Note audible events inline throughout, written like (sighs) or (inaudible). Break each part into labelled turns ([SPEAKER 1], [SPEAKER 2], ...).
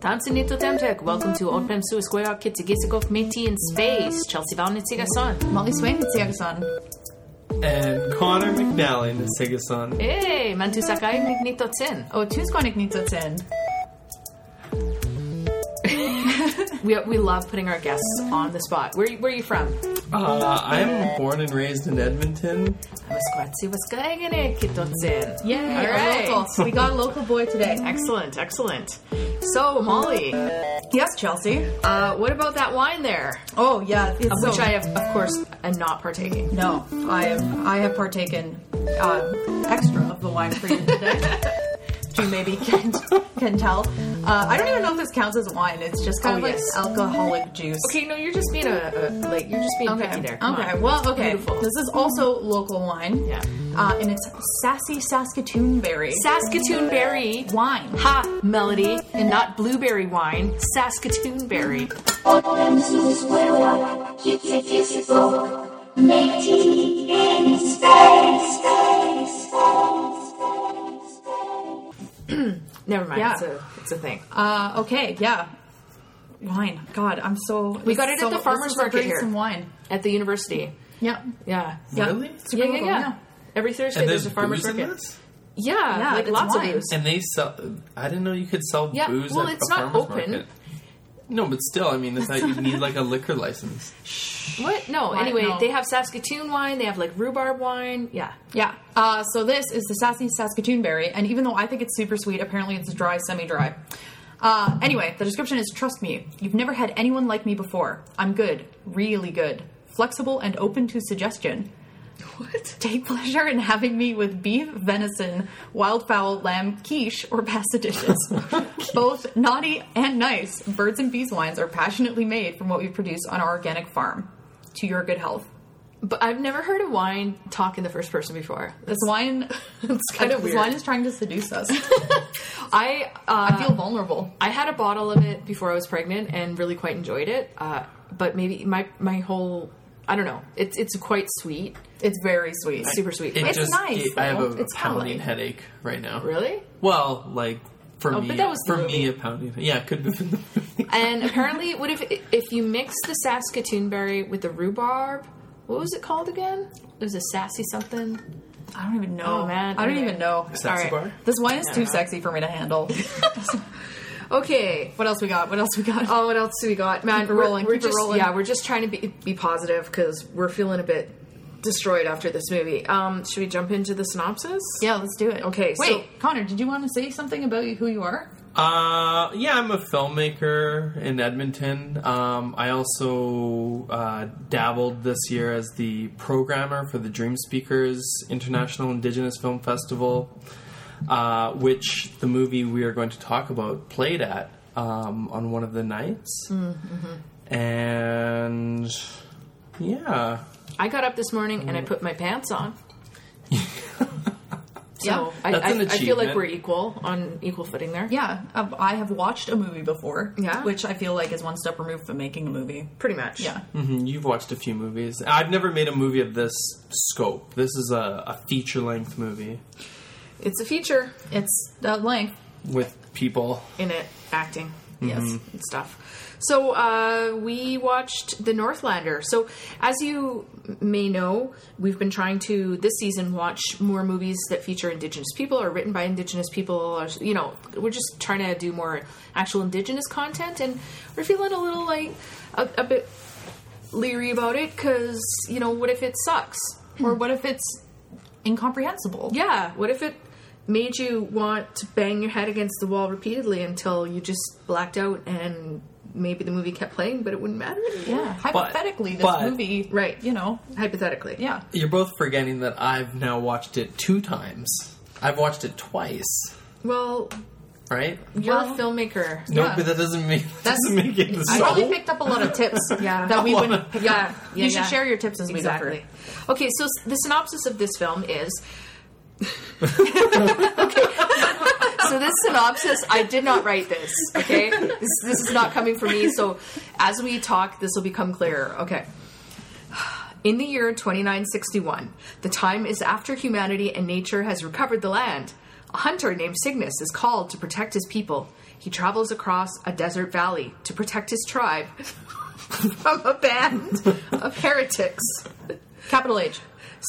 [SPEAKER 1] Tanzanito Temtek, welcome to Odpem Sue Square Kitigisikov Meti in Space, Chelsea Val Nitsigason.
[SPEAKER 2] Molly Swain and Siagasan.
[SPEAKER 3] and Connor McNally to Sigason.
[SPEAKER 1] Hey, Mantu Sakai Nignitotsin.
[SPEAKER 2] Oh, Tuskwanik Nitsotsin.
[SPEAKER 1] We, we love putting our guests on the spot. Where, where are you from?
[SPEAKER 3] Uh, I'm born and raised in Edmonton.
[SPEAKER 1] I'm a Squatsi Waskagane Kitotsin.
[SPEAKER 2] Yay,
[SPEAKER 1] All right.
[SPEAKER 2] a local. We got a local boy today.
[SPEAKER 1] Excellent, excellent. So, Molly,
[SPEAKER 2] Yes, Chelsea.
[SPEAKER 1] uh, what about that wine there?
[SPEAKER 2] Oh, yeah. It's
[SPEAKER 1] Of
[SPEAKER 2] so,
[SPEAKER 1] which I, have, of course, am not partaking.
[SPEAKER 2] No, I have, I have partaken uh, extra of the wine for you today.
[SPEAKER 1] (laughs)
[SPEAKER 2] Which you maybe can, can tell. Uh, I don't even know if this counts as wine. It's just kind
[SPEAKER 1] Oh,
[SPEAKER 2] of like
[SPEAKER 1] yes.
[SPEAKER 2] alcoholic juice.
[SPEAKER 1] Okay, no, you're just being a, a like, you're just being picky there. Come
[SPEAKER 2] okay.
[SPEAKER 1] on.
[SPEAKER 2] Well, okay.
[SPEAKER 1] Beautiful.
[SPEAKER 2] This is also local wine.
[SPEAKER 1] Yeah.
[SPEAKER 2] Uh, and it's Sassy Saskatoon Berry.
[SPEAKER 1] Saskatoon berry
[SPEAKER 2] wine.
[SPEAKER 1] Ha, Melody, and not blueberry wine, Saskatoon berry.
[SPEAKER 4] Open to square, kids a physical, make tea in space, space, space, space, space.
[SPEAKER 1] Never mind,
[SPEAKER 2] Yeah.
[SPEAKER 1] it's, a, it's a thing.
[SPEAKER 2] Uh, okay, yeah. Wine. God, I'm so.
[SPEAKER 1] We got it at the farmer's market
[SPEAKER 2] drink
[SPEAKER 1] here.
[SPEAKER 2] Some wine.
[SPEAKER 1] At the university.
[SPEAKER 2] Yeah.
[SPEAKER 1] Yeah.
[SPEAKER 2] yeah.
[SPEAKER 3] Really?
[SPEAKER 2] Super local, yeah.
[SPEAKER 1] Every Thursday there's, a farmer's
[SPEAKER 3] booze in
[SPEAKER 1] market.
[SPEAKER 3] this?
[SPEAKER 1] Yeah,
[SPEAKER 2] Yeah,
[SPEAKER 1] like
[SPEAKER 2] it's
[SPEAKER 1] lots
[SPEAKER 2] wine.
[SPEAKER 1] of booze.
[SPEAKER 3] And they sell. I didn't know you could sell
[SPEAKER 1] Yeah,
[SPEAKER 3] booze.
[SPEAKER 1] well,
[SPEAKER 3] at
[SPEAKER 1] it's
[SPEAKER 3] a
[SPEAKER 1] not
[SPEAKER 3] farmer's
[SPEAKER 1] open.
[SPEAKER 3] Market. No, but still, I mean, I thought you'd need like a liquor license.
[SPEAKER 1] What? No,
[SPEAKER 2] Wine,
[SPEAKER 1] anyway,
[SPEAKER 2] no.
[SPEAKER 1] they have Saskatoon wine, they have like rhubarb wine. Yeah.
[SPEAKER 2] Yeah. Uh, so this is the sassy Saskatoon berry, and even though I think it's super sweet, apparently it's dry, semi-dry. Uh, anyway, the description is: Trust me, you've never had anyone like me before. I'm good, really good, flexible, and open to suggestion. What? (laughs) Take pleasure in having me with beef, venison, wildfowl, lamb, quiche, or pasta dishes. Both naughty and nice, birds and bees wines are passionately made from what we produce on our organic farm. To your good health.
[SPEAKER 1] But I've never heard of wine talk in the first person before.
[SPEAKER 2] This wine, (laughs)
[SPEAKER 1] It's kind of
[SPEAKER 2] this
[SPEAKER 1] weird.
[SPEAKER 2] wine is trying to seduce (laughs) us.
[SPEAKER 1] I uh,
[SPEAKER 2] I feel vulnerable.
[SPEAKER 1] I had a bottle of it before I was pregnant and really quite enjoyed it. Uh, but maybe my my whole I don't know. It's it's quite sweet,
[SPEAKER 2] It's very
[SPEAKER 1] (laughs)
[SPEAKER 2] sweet.
[SPEAKER 1] super sweet.
[SPEAKER 3] It
[SPEAKER 1] It's-
[SPEAKER 3] just,
[SPEAKER 2] nice,
[SPEAKER 3] it- I have
[SPEAKER 2] though.
[SPEAKER 3] a
[SPEAKER 2] It's
[SPEAKER 3] pounding
[SPEAKER 2] palatable.
[SPEAKER 3] headache right now.
[SPEAKER 1] really.
[SPEAKER 3] Well, like for
[SPEAKER 1] Oh,
[SPEAKER 3] me,
[SPEAKER 1] but that was
[SPEAKER 3] for
[SPEAKER 1] the movie.
[SPEAKER 3] me a pounding. Yeah, it could have been. The movie. (laughs)
[SPEAKER 1] And apparently, what if if you mix the Saskatoon berry with the rhubarb? What was it called again? It was a sassy something.
[SPEAKER 2] I don't even know.
[SPEAKER 1] Oh, man.
[SPEAKER 2] I don't
[SPEAKER 1] Anyway.
[SPEAKER 2] even know.
[SPEAKER 3] Sexy
[SPEAKER 2] All right.
[SPEAKER 3] bar?
[SPEAKER 2] This wine is too
[SPEAKER 1] Yeah.
[SPEAKER 2] sexy for me to (laughs) handle.
[SPEAKER 1] Okay.
[SPEAKER 2] what else we got? What else we got?
[SPEAKER 1] Oh, what else do we got, man?
[SPEAKER 2] Keep it
[SPEAKER 1] we're-
[SPEAKER 2] rolling,
[SPEAKER 1] We're
[SPEAKER 2] keep it
[SPEAKER 1] just
[SPEAKER 2] rolling.
[SPEAKER 1] yeah, we're just trying to be be positive because we're feeling a bit destroyed after this movie. Um, should we jump into the synopsis?
[SPEAKER 2] yeah, let's do it.
[SPEAKER 1] Okay, so-
[SPEAKER 2] Wait, Connor, did you want to say something about who you are?
[SPEAKER 3] Uh, yeah, I'm a filmmaker in Edmonton. Um, I also uh, dabbled this year as the programmer for the Dream Speakers International Indigenous Film Festival, uh, which the movie we are going to talk about played at um, on one of the nights. And yeah,
[SPEAKER 1] I got up this morning and I put my pants on. (laughs) So I,
[SPEAKER 3] That's
[SPEAKER 1] I,
[SPEAKER 3] an
[SPEAKER 1] I feel like
[SPEAKER 3] achievement.
[SPEAKER 1] we're equal on equal footing there.
[SPEAKER 2] Yeah, um, I have watched a movie before.
[SPEAKER 1] Yeah.
[SPEAKER 2] which I feel like is one step removed from making a movie.
[SPEAKER 1] pretty much.
[SPEAKER 2] Yeah.
[SPEAKER 3] Mhm, you've watched a few movies. I've never made a movie of this scope. This is a, a feature length movie
[SPEAKER 1] it's a feature
[SPEAKER 2] It's uh, that length.
[SPEAKER 3] with people.
[SPEAKER 1] in it, acting,
[SPEAKER 2] Yes.
[SPEAKER 1] and stuff. So uh, we watched The Northlander. So as you may know, we've been trying to this season watch more movies that feature Indigenous people or written by Indigenous people. Or you know, we're just trying to do more actual Indigenous content, and we're feeling a little like a, a bit leery about it because you know, what if it sucks?
[SPEAKER 2] Or what if it's incomprehensible?
[SPEAKER 1] Yeah, what if it made you want to bang your head against the wall repeatedly until you just blacked out and maybe the movie kept playing, but it wouldn't matter.
[SPEAKER 2] Yeah. Hypothetically, this
[SPEAKER 3] but-
[SPEAKER 2] movie,
[SPEAKER 1] Right.
[SPEAKER 2] You know,
[SPEAKER 1] Hypothetically.
[SPEAKER 2] yeah.
[SPEAKER 3] You're both forgetting that I've now watched it two times. I've watched it twice,
[SPEAKER 1] Well,
[SPEAKER 3] right?
[SPEAKER 1] you're
[SPEAKER 2] Well-
[SPEAKER 1] a filmmaker.
[SPEAKER 3] No,
[SPEAKER 2] Yeah.
[SPEAKER 3] but that doesn't mean that doesn't make it the
[SPEAKER 2] I probably
[SPEAKER 3] song.
[SPEAKER 2] picked up a lot of (laughs) tips
[SPEAKER 1] Yeah.
[SPEAKER 2] that we
[SPEAKER 3] A lot
[SPEAKER 2] wouldn't
[SPEAKER 3] of-
[SPEAKER 2] pick
[SPEAKER 1] Yeah,
[SPEAKER 2] up.
[SPEAKER 1] yeah,
[SPEAKER 2] you should
[SPEAKER 1] yeah.
[SPEAKER 2] share your tips as we
[SPEAKER 1] Exactly.
[SPEAKER 2] go
[SPEAKER 1] Okay, so s- the synopsis of this film is. (laughs) okay. So this synopsis, I did not write this. Okay, this, this is not coming from me. So as we talk, this will become clearer. Okay. In the year 2961, the time is after humanity and nature has recovered the land. A hunter named Cygnus is called to protect his people. He travels across a desert valley to protect his tribe (laughs) from a band of heretics.
[SPEAKER 2] through. Capital H.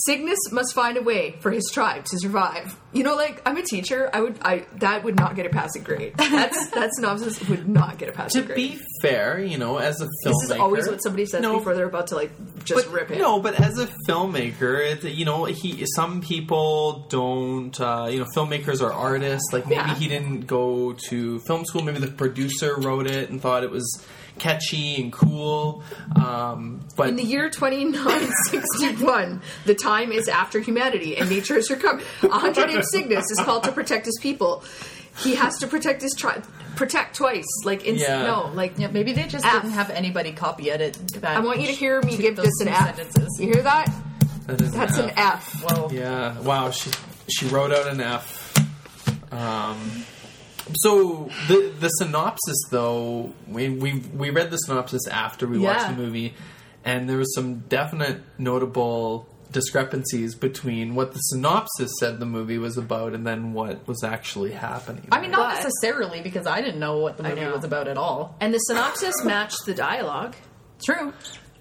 [SPEAKER 1] Cygnus must find a way for his tribe to survive. You know, like I'm a teacher, I would I that would not get a passing grade.
[SPEAKER 3] (laughs)
[SPEAKER 1] That's that synopsis would not get a passing
[SPEAKER 3] To
[SPEAKER 1] grade.
[SPEAKER 3] be fair, you know, as a filmmaker,
[SPEAKER 1] this is always what somebody says
[SPEAKER 3] No,
[SPEAKER 1] before they're about to like just
[SPEAKER 3] but,
[SPEAKER 1] rip it.
[SPEAKER 3] No, but as a filmmaker, it, you know, he some people don't. Uh, you know, filmmakers are artists. Like maybe
[SPEAKER 1] Yeah.
[SPEAKER 3] he didn't go to film school. Maybe the producer wrote it and thought it was catchy and cool. Um, but
[SPEAKER 1] In the year 2961, the time is after humanity and nature is recovered. A hunter named Cygnus is called to protect his people. He has to protect his tribe. Protect twice, like in
[SPEAKER 3] Yeah.
[SPEAKER 1] no, like
[SPEAKER 2] Yeah, maybe they just
[SPEAKER 1] F.
[SPEAKER 2] didn't have anybody copy edit. That
[SPEAKER 1] I want you to hear me
[SPEAKER 2] took
[SPEAKER 1] give
[SPEAKER 2] those
[SPEAKER 1] this an
[SPEAKER 2] two
[SPEAKER 1] F.
[SPEAKER 2] sentences.
[SPEAKER 1] You hear that?
[SPEAKER 3] that is
[SPEAKER 1] That's an
[SPEAKER 3] F.
[SPEAKER 1] F.
[SPEAKER 2] Whoa.
[SPEAKER 3] Yeah. Wow. She she wrote out an F. Um, so the the synopsis though we we we read the synopsis after we
[SPEAKER 1] Yeah.
[SPEAKER 3] watched the movie, and there was some definite notable discrepancies between what the synopsis said the movie was about and then what was actually happening.
[SPEAKER 2] I mean, not
[SPEAKER 1] But-
[SPEAKER 2] necessarily because I didn't know what the movie
[SPEAKER 1] know.
[SPEAKER 2] was about at all.
[SPEAKER 1] And the synopsis matched the dialogue.
[SPEAKER 2] True.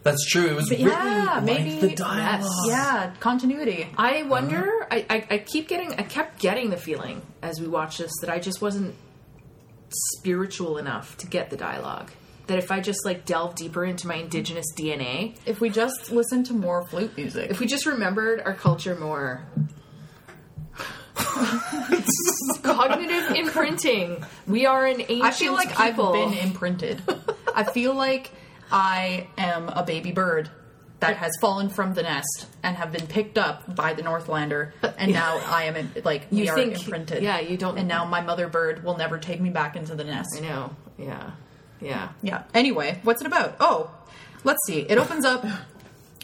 [SPEAKER 3] that's true. It was written
[SPEAKER 2] yeah,
[SPEAKER 3] like
[SPEAKER 2] maybe-
[SPEAKER 3] the dialogue.
[SPEAKER 1] yes.
[SPEAKER 2] Yeah, continuity.
[SPEAKER 1] I wonder. I, I, I keep getting. I kept getting the feeling as we watched this that I just wasn't spiritual enough to get the dialogue. That if I just like delve deeper into my indigenous DNA,
[SPEAKER 2] If we just listen to more flute music,
[SPEAKER 1] if we just remembered our culture more. Cognitive imprinting. We are an ancient.
[SPEAKER 2] I feel like
[SPEAKER 1] people.
[SPEAKER 2] I've been
[SPEAKER 1] (laughs)
[SPEAKER 2] imprinted. I feel like I am a baby bird that has fallen from the nest and have been picked up by the Northlander, and now I am in, like we
[SPEAKER 1] You
[SPEAKER 2] are
[SPEAKER 1] think-
[SPEAKER 2] imprinted.
[SPEAKER 1] yeah, you don't-
[SPEAKER 2] And now my mother bird will never take me back into the nest.
[SPEAKER 1] I know. Yeah. Yeah.
[SPEAKER 2] Yeah. Anyway, what's it about? Oh, let's see. It opens up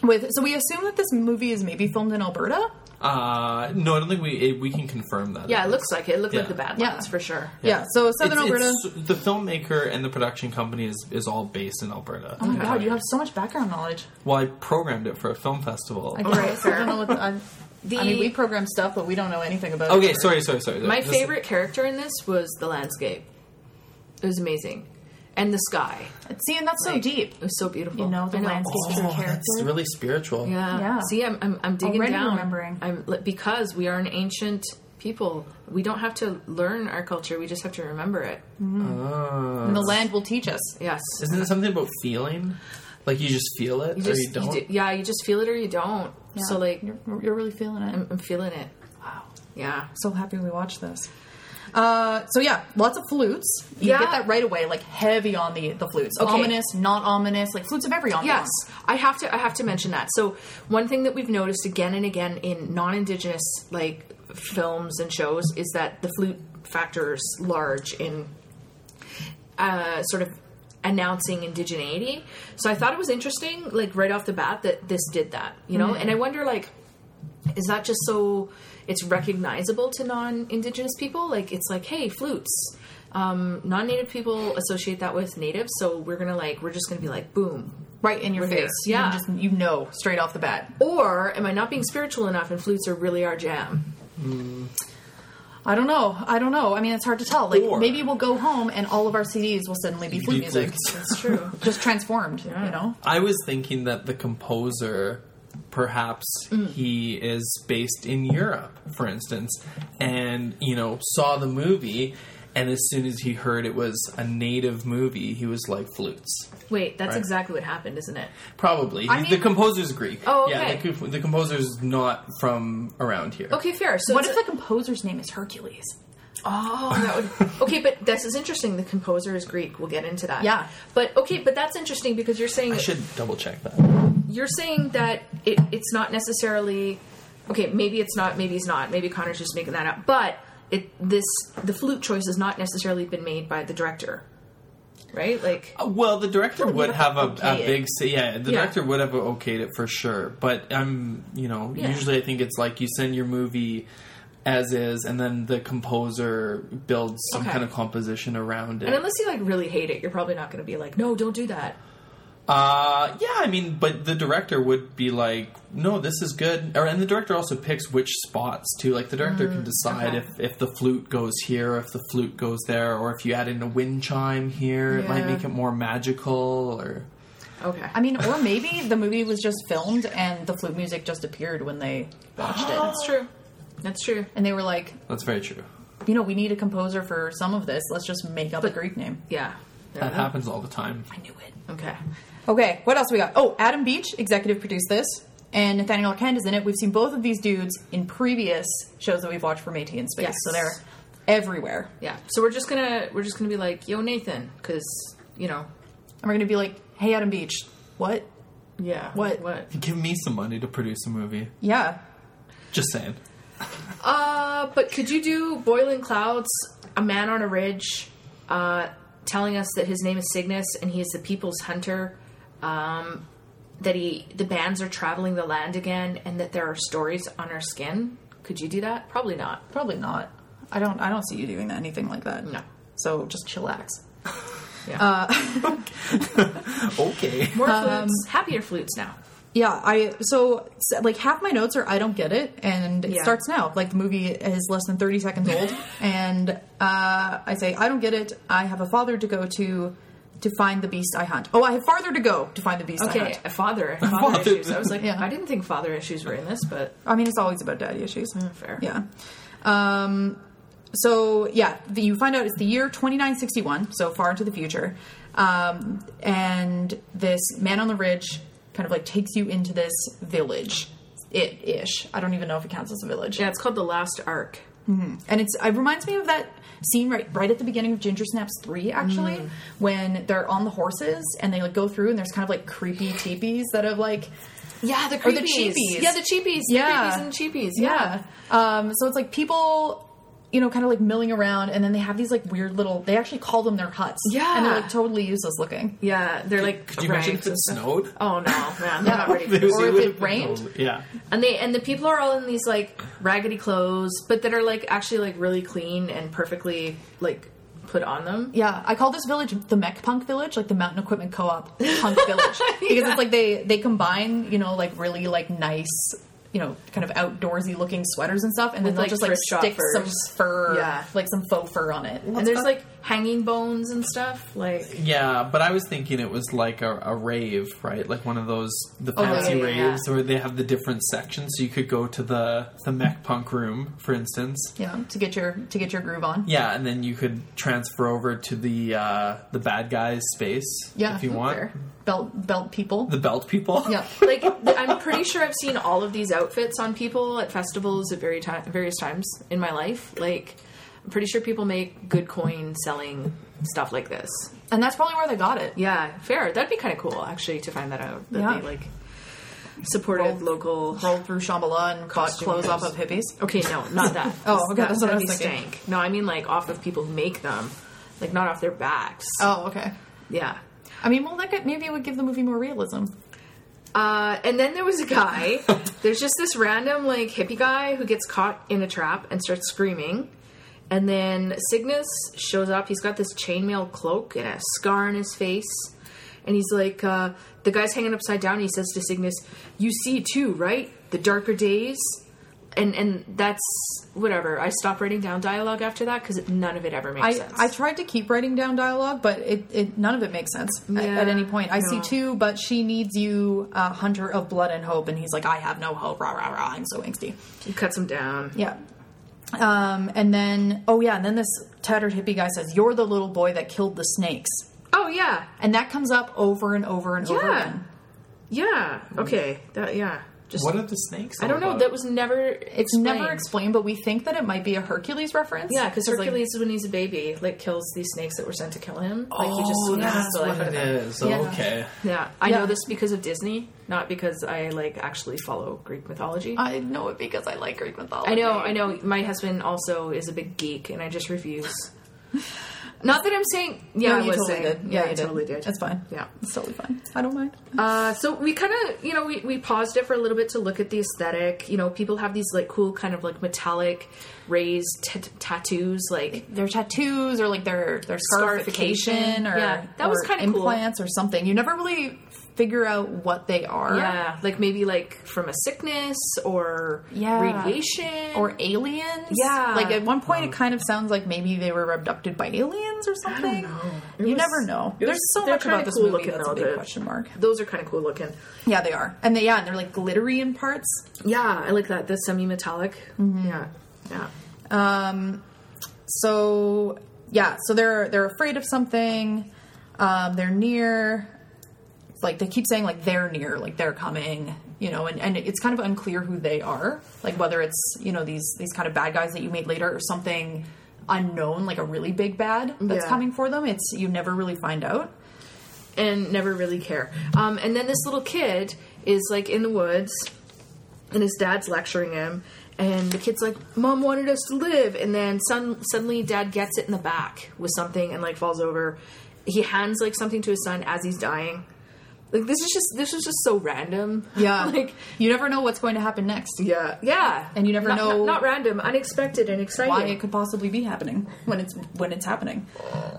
[SPEAKER 2] with so we assume that this movie is maybe filmed in Alberta.
[SPEAKER 3] Uh, no, I don't think we we can confirm that.
[SPEAKER 1] Yeah. It looks like it. It looked like
[SPEAKER 3] Yeah.
[SPEAKER 1] the Badlands
[SPEAKER 2] Yeah.
[SPEAKER 1] for sure.
[SPEAKER 2] Yeah. so southern
[SPEAKER 3] It's-
[SPEAKER 2] Alberta.
[SPEAKER 3] it's- the filmmaker and the production company is, is all based in Alberta.
[SPEAKER 2] Oh my god, you have so much background knowledge.
[SPEAKER 3] Well, I programmed it for a film festival.
[SPEAKER 2] All right, so I don't know what I'm,
[SPEAKER 1] The-
[SPEAKER 2] I mean, we program stuff, but we don't know anything about.
[SPEAKER 3] Okay,
[SPEAKER 2] it.
[SPEAKER 3] sorry, sorry, sorry.
[SPEAKER 1] Oh. My
[SPEAKER 3] This-
[SPEAKER 1] favorite character in this was the landscape. It was amazing. And the sky.
[SPEAKER 2] See, and that's so
[SPEAKER 1] Like,
[SPEAKER 2] deep.
[SPEAKER 1] It was so beautiful.
[SPEAKER 2] You know, the
[SPEAKER 1] I
[SPEAKER 2] landscape's
[SPEAKER 3] Oh,
[SPEAKER 2] your character.
[SPEAKER 3] that's really spiritual.
[SPEAKER 1] Yeah.
[SPEAKER 2] Yeah.
[SPEAKER 1] See, I'm, I'm, I'm digging
[SPEAKER 2] Already
[SPEAKER 1] down.
[SPEAKER 2] remembering.
[SPEAKER 1] I'm, li- because we are an ancient people. We don't have to learn our culture. We just have to remember it.
[SPEAKER 3] Ah.
[SPEAKER 2] And the land will teach us.
[SPEAKER 1] Yes.
[SPEAKER 3] Isn't it something about feeling? Like you just feel it, or you don't.
[SPEAKER 1] do- yeah, you just feel it or you don't. So, like,
[SPEAKER 2] you're, you're really feeling it.
[SPEAKER 1] I'm, I'm feeling it. Wow. Yeah.
[SPEAKER 2] so happy we watched this. Uh, so yeah, lots of flutes. You
[SPEAKER 1] Yeah.
[SPEAKER 2] get that right away, like heavy on the the flutes.
[SPEAKER 1] Okay.
[SPEAKER 2] Ominous, not ominous, like flutes of every ambiance.
[SPEAKER 1] Yes, I have to. I have to mention that. So one thing that we've noticed again and again in non-indigenous like films and shows is that the flute factor is large in uh, sort of announcing indigeneity. So I thought it was interesting, like right off the bat, that this did that. You know, and I wonder like, is that just so it's recognizable to non-indigenous people? Like it's like, hey, flutes. Um, non-native people associate that with natives, so we're gonna like we're just gonna be like, boom,
[SPEAKER 2] right in your face. You
[SPEAKER 1] yeah.
[SPEAKER 2] just you know straight off the bat.
[SPEAKER 1] or am I not being spiritual enough and flutes are really our jam?
[SPEAKER 2] I don't know. I don't know. I mean, it's hard to tell. Like
[SPEAKER 3] Or-
[SPEAKER 2] maybe we'll go home and all of our CDs will suddenly be flute
[SPEAKER 3] Be
[SPEAKER 2] music.
[SPEAKER 3] flutes.
[SPEAKER 1] That's (laughs) true.
[SPEAKER 2] Just transformed, you know.
[SPEAKER 3] I was thinking that the composer, perhaps
[SPEAKER 1] Mm.
[SPEAKER 3] he is based in Europe, for instance, and you know saw the movie, and as soon as he heard it was a native movie, he was like flutes.
[SPEAKER 1] Wait, that's
[SPEAKER 3] Right.
[SPEAKER 1] exactly what happened, isn't it?
[SPEAKER 3] Probably
[SPEAKER 1] I
[SPEAKER 3] He- the
[SPEAKER 1] mean-
[SPEAKER 3] composer's Greek.
[SPEAKER 1] Oh,
[SPEAKER 3] yeah,
[SPEAKER 1] okay.
[SPEAKER 3] the, co- the composer's not from around here.
[SPEAKER 1] Okay, fair. So
[SPEAKER 2] What
[SPEAKER 1] it's
[SPEAKER 2] if the composer's name is Hercules?
[SPEAKER 1] Oh, that would. (laughs) Okay, but this is interesting. The composer is Greek. We'll get into that.
[SPEAKER 2] Yeah.
[SPEAKER 1] But okay, but that's interesting because you're saying
[SPEAKER 3] I should double check that.
[SPEAKER 1] you're saying that it, it's not necessarily okay. Maybe it's not. Maybe it's not. Maybe Connor's just making that up. But it this the flute choice has not necessarily been made by the director, right? Like
[SPEAKER 3] Uh, Well, the director would have a, a
[SPEAKER 2] Okay.
[SPEAKER 3] big say. Yeah, the
[SPEAKER 1] Yeah.
[SPEAKER 3] director would have okayed it for sure. But I'm, you know,
[SPEAKER 1] Yeah.
[SPEAKER 3] usually I think it's like you send your movie as is, and then the composer builds some
[SPEAKER 1] Okay.
[SPEAKER 3] kind of composition around it.
[SPEAKER 1] And unless you like really hate it, you're probably not going to be like, no, don't do that.
[SPEAKER 3] Uh, yeah, I mean, but the director would be like, no, this is good. Or, and the director also picks which spots, too. Like, the director can decide
[SPEAKER 1] Mm, okay.
[SPEAKER 3] if, if the flute goes here, if the flute goes there, or if you add in a wind chime here, it might
[SPEAKER 1] Yeah.
[SPEAKER 3] make it more magical, or...
[SPEAKER 1] Okay.
[SPEAKER 2] I mean, or maybe the movie was just filmed and the flute music just appeared when they watched it.
[SPEAKER 1] that's true. That's true.
[SPEAKER 2] And they were like,
[SPEAKER 3] That's very true.
[SPEAKER 2] you know, we need a composer for some of this. Let's just make up a Greek name.
[SPEAKER 1] Yeah.
[SPEAKER 3] That
[SPEAKER 1] Mm-hmm.
[SPEAKER 3] happens all the time.
[SPEAKER 2] I knew it.
[SPEAKER 1] Okay.
[SPEAKER 2] Okay, what else we got? Oh, Adam Beach executive produced this, and Nathaniel Kent is in it. We've seen both of these dudes in previous shows that we've watched from AT in Space,
[SPEAKER 1] Yes.
[SPEAKER 2] so they're everywhere.
[SPEAKER 1] Yeah. So we're just gonna we're just gonna be like, yo, Nathan, because you know,
[SPEAKER 2] And we're gonna be like, "Hey, Adam Beach, what?
[SPEAKER 1] yeah.
[SPEAKER 2] What?
[SPEAKER 1] What?
[SPEAKER 3] Give me some money to produce a movie.
[SPEAKER 2] Yeah,
[SPEAKER 3] Just saying.
[SPEAKER 1] Uh, but could you do Boiling Clouds, A Man on a Ridge, uh, telling us that his name is Cygnus and he is the people's hunter, um, that he the bands are traveling the land again, and that there are stories on our skin? Could you do that? Probably not.
[SPEAKER 2] probably not. I don't. I don't see you doing that, anything like that.
[SPEAKER 1] No.
[SPEAKER 2] So just chillax.
[SPEAKER 1] Yeah.
[SPEAKER 3] Okay.
[SPEAKER 1] More flutes, happier flutes now.
[SPEAKER 2] Yeah, I so s- like half my notes are I don't get it, and it
[SPEAKER 1] Yeah.
[SPEAKER 2] starts now. Like the movie is less than thirty seconds
[SPEAKER 1] (laughs)
[SPEAKER 2] old, and uh, I say I don't get it. I have a father to go to to find the beast I hunt. Oh, I have farther to go to find the beast I
[SPEAKER 1] Okay,
[SPEAKER 2] hunt.
[SPEAKER 1] a
[SPEAKER 3] (laughs)
[SPEAKER 1] father, father, issues. I was like,
[SPEAKER 2] Yeah.
[SPEAKER 1] I didn't think father issues were in this, but
[SPEAKER 2] I mean, it's always about daddy issues.
[SPEAKER 1] fair.
[SPEAKER 2] Yeah. Um, so yeah, the, you find out it's the year 2961, so far into the future, um, and this man on the ridge kind of like takes you into this village. It ish. I don't even know if it counts as a village. Mm-hmm.
[SPEAKER 1] Yeah, it's called the Last Ark.
[SPEAKER 2] And it's it reminds me of that scene right right at the beginning of Ginger Snaps 3 actually when they're on the horses and they like go through and there's kind of like creepy teepees that have like
[SPEAKER 1] Yeah, the
[SPEAKER 2] Or the
[SPEAKER 1] creepies.
[SPEAKER 2] cheapies.
[SPEAKER 1] Yeah, the cheapies.
[SPEAKER 2] Yeah.
[SPEAKER 1] the creepies and the cheapies.
[SPEAKER 2] Yeah. Um, so it's like people, you know, kind of like milling around, and then they have these like weird little. They actually call them their huts.
[SPEAKER 1] Yeah.
[SPEAKER 2] and they're like totally useless looking.
[SPEAKER 1] yeah. They're like
[SPEAKER 3] Could (laughs) you imagine
[SPEAKER 1] ranked
[SPEAKER 3] if it
[SPEAKER 1] and stuff. (laughs)
[SPEAKER 3] snowed?
[SPEAKER 1] Oh no, man, they're not
[SPEAKER 3] (laughs)
[SPEAKER 1] ready. For
[SPEAKER 3] They
[SPEAKER 1] this.
[SPEAKER 2] Or if
[SPEAKER 3] would
[SPEAKER 2] it
[SPEAKER 3] have been
[SPEAKER 2] rained?
[SPEAKER 3] totally- Oh, Yeah.
[SPEAKER 1] And they and the people are all in these like raggedy clothes, but that are like actually like really clean and perfectly like put on them.
[SPEAKER 2] Yeah, I call this village the Mech Punk Village, like the Mountain Equipment Co-op Punk
[SPEAKER 1] (laughs)
[SPEAKER 2] Village, because it's like they they combine, you know, like really like nice, you know, kind of outdoorsy looking sweaters and stuff, and then
[SPEAKER 1] With, like,
[SPEAKER 2] they'll just like
[SPEAKER 1] thrift shop
[SPEAKER 2] stick
[SPEAKER 1] furs.
[SPEAKER 2] some fur,
[SPEAKER 1] Yeah.
[SPEAKER 2] like some faux fur on it.
[SPEAKER 1] and there's like hanging bones and stuff. Like
[SPEAKER 3] Yeah, but I was thinking it was like a, a rave, right? Like one of those the
[SPEAKER 1] yeah,
[SPEAKER 3] fancy
[SPEAKER 1] yeah, yeah.
[SPEAKER 3] raves where they have the different sections, so you could go to the the mech punk room, for instance.
[SPEAKER 2] you know, to get your to get your groove on.
[SPEAKER 3] Yeah, and then you could transfer over to the uh, the bad guys space
[SPEAKER 2] Yeah,
[SPEAKER 3] if you want.
[SPEAKER 1] fair.
[SPEAKER 2] belt belt people.
[SPEAKER 3] The belt people.
[SPEAKER 2] yeah.
[SPEAKER 1] like th- I'm pretty sure I've seen all of these outfits on people at festivals at very ti various times in my life. Like I'm pretty sure people make good coin selling stuff like this.
[SPEAKER 2] And that's probably where they got it.
[SPEAKER 1] Yeah, fair. That'd be kind of cool actually to find that out. That
[SPEAKER 2] Yeah.
[SPEAKER 1] they like supported local.
[SPEAKER 2] rolled through Shambhala and bought
[SPEAKER 1] Costume
[SPEAKER 2] clothes off
[SPEAKER 1] goes.
[SPEAKER 2] of hippies.
[SPEAKER 1] Okay, no, not that.
[SPEAKER 2] (laughs) Oh, okay,
[SPEAKER 1] That-
[SPEAKER 2] that's what I
[SPEAKER 1] that'd
[SPEAKER 2] was
[SPEAKER 1] be
[SPEAKER 2] thinking.
[SPEAKER 1] stank. No, I mean like off of people who make them, like not off their backs.
[SPEAKER 2] Oh, okay.
[SPEAKER 1] Yeah.
[SPEAKER 2] I mean, well, that could, maybe it would give the movie more realism.
[SPEAKER 1] Uh, and then there was a guy. there's just this random like hippie guy who gets caught in a trap and starts screaming. And then Cygnus shows up. He's got this chainmail cloak and a scar on his face. And he's like, uh, the guy's hanging upside down. He says to Cygnus, "You see too, right? The darker days." And and that's whatever. I stopped writing down dialogue after that because none of it ever makes
[SPEAKER 2] I,
[SPEAKER 1] sense.
[SPEAKER 2] I tried to keep writing down dialogue, but it, it none of it makes sense at- at,
[SPEAKER 1] Yeah,
[SPEAKER 2] any point. I see
[SPEAKER 1] no.
[SPEAKER 2] two, but she needs you, uh, hunter of blood and hope, and he's like, I have no hope, rah rah rah. I'm so angsty.
[SPEAKER 1] He cuts him down.
[SPEAKER 2] Yeah. Um, and then oh yeah, and then this tattered hippie guy says, "You're the little boy that killed the snakes,"
[SPEAKER 1] Oh yeah,
[SPEAKER 2] and that comes up over and over and over
[SPEAKER 1] Yeah.
[SPEAKER 2] again.
[SPEAKER 1] yeah. Okay, that yeah. Just
[SPEAKER 3] What are the snakes?
[SPEAKER 1] I
[SPEAKER 3] all
[SPEAKER 1] don't know.
[SPEAKER 3] about?
[SPEAKER 1] That was never.
[SPEAKER 2] It's never explained, but we think that it might be a Hercules reference.
[SPEAKER 1] Yeah, because
[SPEAKER 2] like,
[SPEAKER 1] Hercules, when he's a baby, like kills these snakes that were sent to kill him. Like
[SPEAKER 3] oh,
[SPEAKER 1] he just squeezes
[SPEAKER 3] that's
[SPEAKER 1] the life
[SPEAKER 3] what
[SPEAKER 1] out of
[SPEAKER 3] it
[SPEAKER 1] them.
[SPEAKER 3] is. Oh,
[SPEAKER 2] Yeah.
[SPEAKER 3] Okay.
[SPEAKER 1] Yeah, I
[SPEAKER 2] Yeah.
[SPEAKER 1] know this because of Disney, not because I like actually follow Greek mythology.
[SPEAKER 2] I know it because I like Greek mythology.
[SPEAKER 1] I know, I know. My husband also is a big geek, and I just refuse. Not that I'm saying. Yeah,
[SPEAKER 2] No,
[SPEAKER 1] I
[SPEAKER 2] you
[SPEAKER 1] was
[SPEAKER 2] totally
[SPEAKER 1] saying. Yeah,
[SPEAKER 2] did. Yeah,
[SPEAKER 1] I
[SPEAKER 2] you did.
[SPEAKER 1] totally did.
[SPEAKER 2] It's fine.
[SPEAKER 1] Yeah.
[SPEAKER 2] It's totally fine. I don't mind.
[SPEAKER 1] Uh, so we kind of, you know, we, we paused it for a little bit to look at the aesthetic. You know, people have these like cool kind of like metallic raised t- tattoos, like
[SPEAKER 2] their tattoos or like their their
[SPEAKER 1] Scarification.
[SPEAKER 2] scarification or
[SPEAKER 1] Yeah, that was
[SPEAKER 2] or
[SPEAKER 1] kinda cool.
[SPEAKER 2] implants or something. You never really figure out what they are.
[SPEAKER 1] yeah, like maybe like from a sickness or
[SPEAKER 2] Yeah.
[SPEAKER 1] radiation
[SPEAKER 2] Or aliens.
[SPEAKER 1] Yeah.
[SPEAKER 2] Like at one point it kind of sounds like maybe they were abducted by aliens or something. You
[SPEAKER 1] was-
[SPEAKER 2] never know.
[SPEAKER 1] it was-
[SPEAKER 2] There's so
[SPEAKER 1] they're
[SPEAKER 2] much
[SPEAKER 1] kinda
[SPEAKER 2] about this
[SPEAKER 1] cool
[SPEAKER 2] movie
[SPEAKER 1] looking,
[SPEAKER 2] that's
[SPEAKER 1] though,
[SPEAKER 2] a big
[SPEAKER 1] the-
[SPEAKER 2] question mark.
[SPEAKER 1] Those are kind of cool looking.
[SPEAKER 2] Yeah, they are. And they yeah, and they're like glittery in parts.
[SPEAKER 1] Yeah, I like that. The semi metallic. Yeah, Mm-hmm. yeah.
[SPEAKER 2] Um, so yeah, so they're they're afraid of something. Um, they're near. Like they keep saying, like they're near, like they're coming, you know, and, and it's kind of unclear who they are, like whether it's you know these these kind of bad guys that you meet later or something unknown, like a really big bad that's
[SPEAKER 1] Yeah.
[SPEAKER 2] coming for them. It's you never really find out.
[SPEAKER 1] and never really care. Um, and then this little kid is like in the woods, and his dad's lecturing him, and the kid's like, "Mom wanted us to live," and then son- suddenly dad gets it in the back with something and like falls over. He hands like something to his son as he's dying. Like this is just this is just so random.
[SPEAKER 2] (laughs)
[SPEAKER 1] (laughs)
[SPEAKER 2] like
[SPEAKER 1] like
[SPEAKER 2] you never know what's going to happen next,
[SPEAKER 1] yeah, yeah.
[SPEAKER 2] And you never
[SPEAKER 1] Not-
[SPEAKER 2] know-
[SPEAKER 1] Not, not random, unexpected, and exciting.
[SPEAKER 2] why it could possibly be happening when it's when it's happening.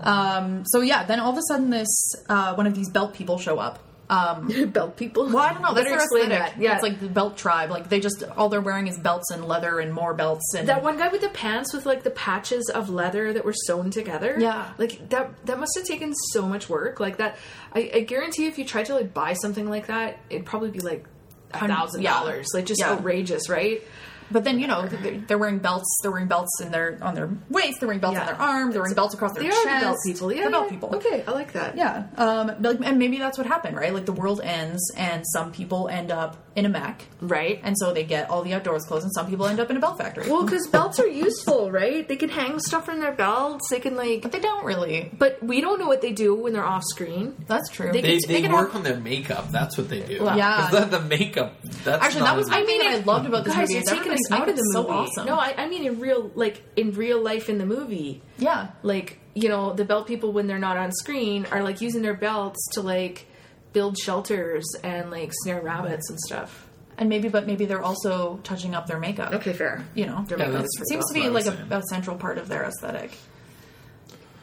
[SPEAKER 2] Um, so yeah, then all of a sudden, this uh, one of these belt people show up. Um,
[SPEAKER 1] (laughs) belt people.
[SPEAKER 2] well, I don't know. That's
[SPEAKER 1] Better
[SPEAKER 2] their
[SPEAKER 1] explain
[SPEAKER 2] aesthetic.
[SPEAKER 1] that. Yeah,
[SPEAKER 2] it's like the belt tribe. Like they just all they're wearing is belts and leather and more belts and
[SPEAKER 1] That one guy with the pants with like the patches of leather that were sewn together.
[SPEAKER 2] Yeah.
[SPEAKER 1] Like that that must have taken so much work. Like that I, I guarantee if you tried to like buy something like that, it'd probably be like a
[SPEAKER 2] Hundred-
[SPEAKER 1] thousand
[SPEAKER 2] yeah.
[SPEAKER 1] dollars. Like just
[SPEAKER 2] Yeah.
[SPEAKER 1] outrageous, right?
[SPEAKER 2] But then you know they're, they're wearing belts. They're wearing belts in their on their waist. They're wearing belts on
[SPEAKER 1] Yeah.
[SPEAKER 2] their arm. They're wearing belts across their
[SPEAKER 1] They
[SPEAKER 2] chest.
[SPEAKER 1] are the belt people. Yeah.
[SPEAKER 2] They're belt
[SPEAKER 1] yeah.
[SPEAKER 2] people.
[SPEAKER 1] Okay, I like that.
[SPEAKER 2] Yeah, um, but, like, and maybe that's what happened, right? Like the world ends, and some people end up in a Mac,
[SPEAKER 1] Right.
[SPEAKER 2] and so they get all the outdoors clothes, and some people end up in a belt factory.
[SPEAKER 1] Well, because belts are useful, right? They can hang stuff from their belts. They can like,
[SPEAKER 2] But they don't really.
[SPEAKER 1] but we don't know what they do when they're off screen.
[SPEAKER 2] That's true.
[SPEAKER 1] They-
[SPEAKER 3] They,
[SPEAKER 1] It's-
[SPEAKER 3] they
[SPEAKER 1] can
[SPEAKER 3] work
[SPEAKER 1] have-
[SPEAKER 3] on their makeup. That's what they do.
[SPEAKER 2] Yeah.
[SPEAKER 3] Is that the makeup? That's
[SPEAKER 2] Actually,
[SPEAKER 3] not
[SPEAKER 2] that was
[SPEAKER 3] as-
[SPEAKER 2] my thing that I
[SPEAKER 1] it-
[SPEAKER 2] loved about this
[SPEAKER 1] Guys,
[SPEAKER 2] movie.
[SPEAKER 1] you're
[SPEAKER 2] is
[SPEAKER 1] taking us
[SPEAKER 2] everybody's
[SPEAKER 1] out of the movie.
[SPEAKER 2] makeup is So awesome.
[SPEAKER 1] No, I, I mean in real, like in real life, in the movie.
[SPEAKER 2] yeah,
[SPEAKER 1] like you know the belt people when they're not on screen are like using their belts to like build shelters and like snare rabbits and stuff
[SPEAKER 2] and maybe, but maybe they're also touching up their makeup.
[SPEAKER 1] fair
[SPEAKER 2] you know,
[SPEAKER 1] Their
[SPEAKER 3] Yeah,
[SPEAKER 1] makeup
[SPEAKER 3] that's-
[SPEAKER 1] is
[SPEAKER 2] it
[SPEAKER 1] pretty
[SPEAKER 2] seems to
[SPEAKER 3] what
[SPEAKER 2] be
[SPEAKER 3] I
[SPEAKER 2] like
[SPEAKER 3] was
[SPEAKER 2] a,
[SPEAKER 3] saying.
[SPEAKER 2] a central part of their aesthetic,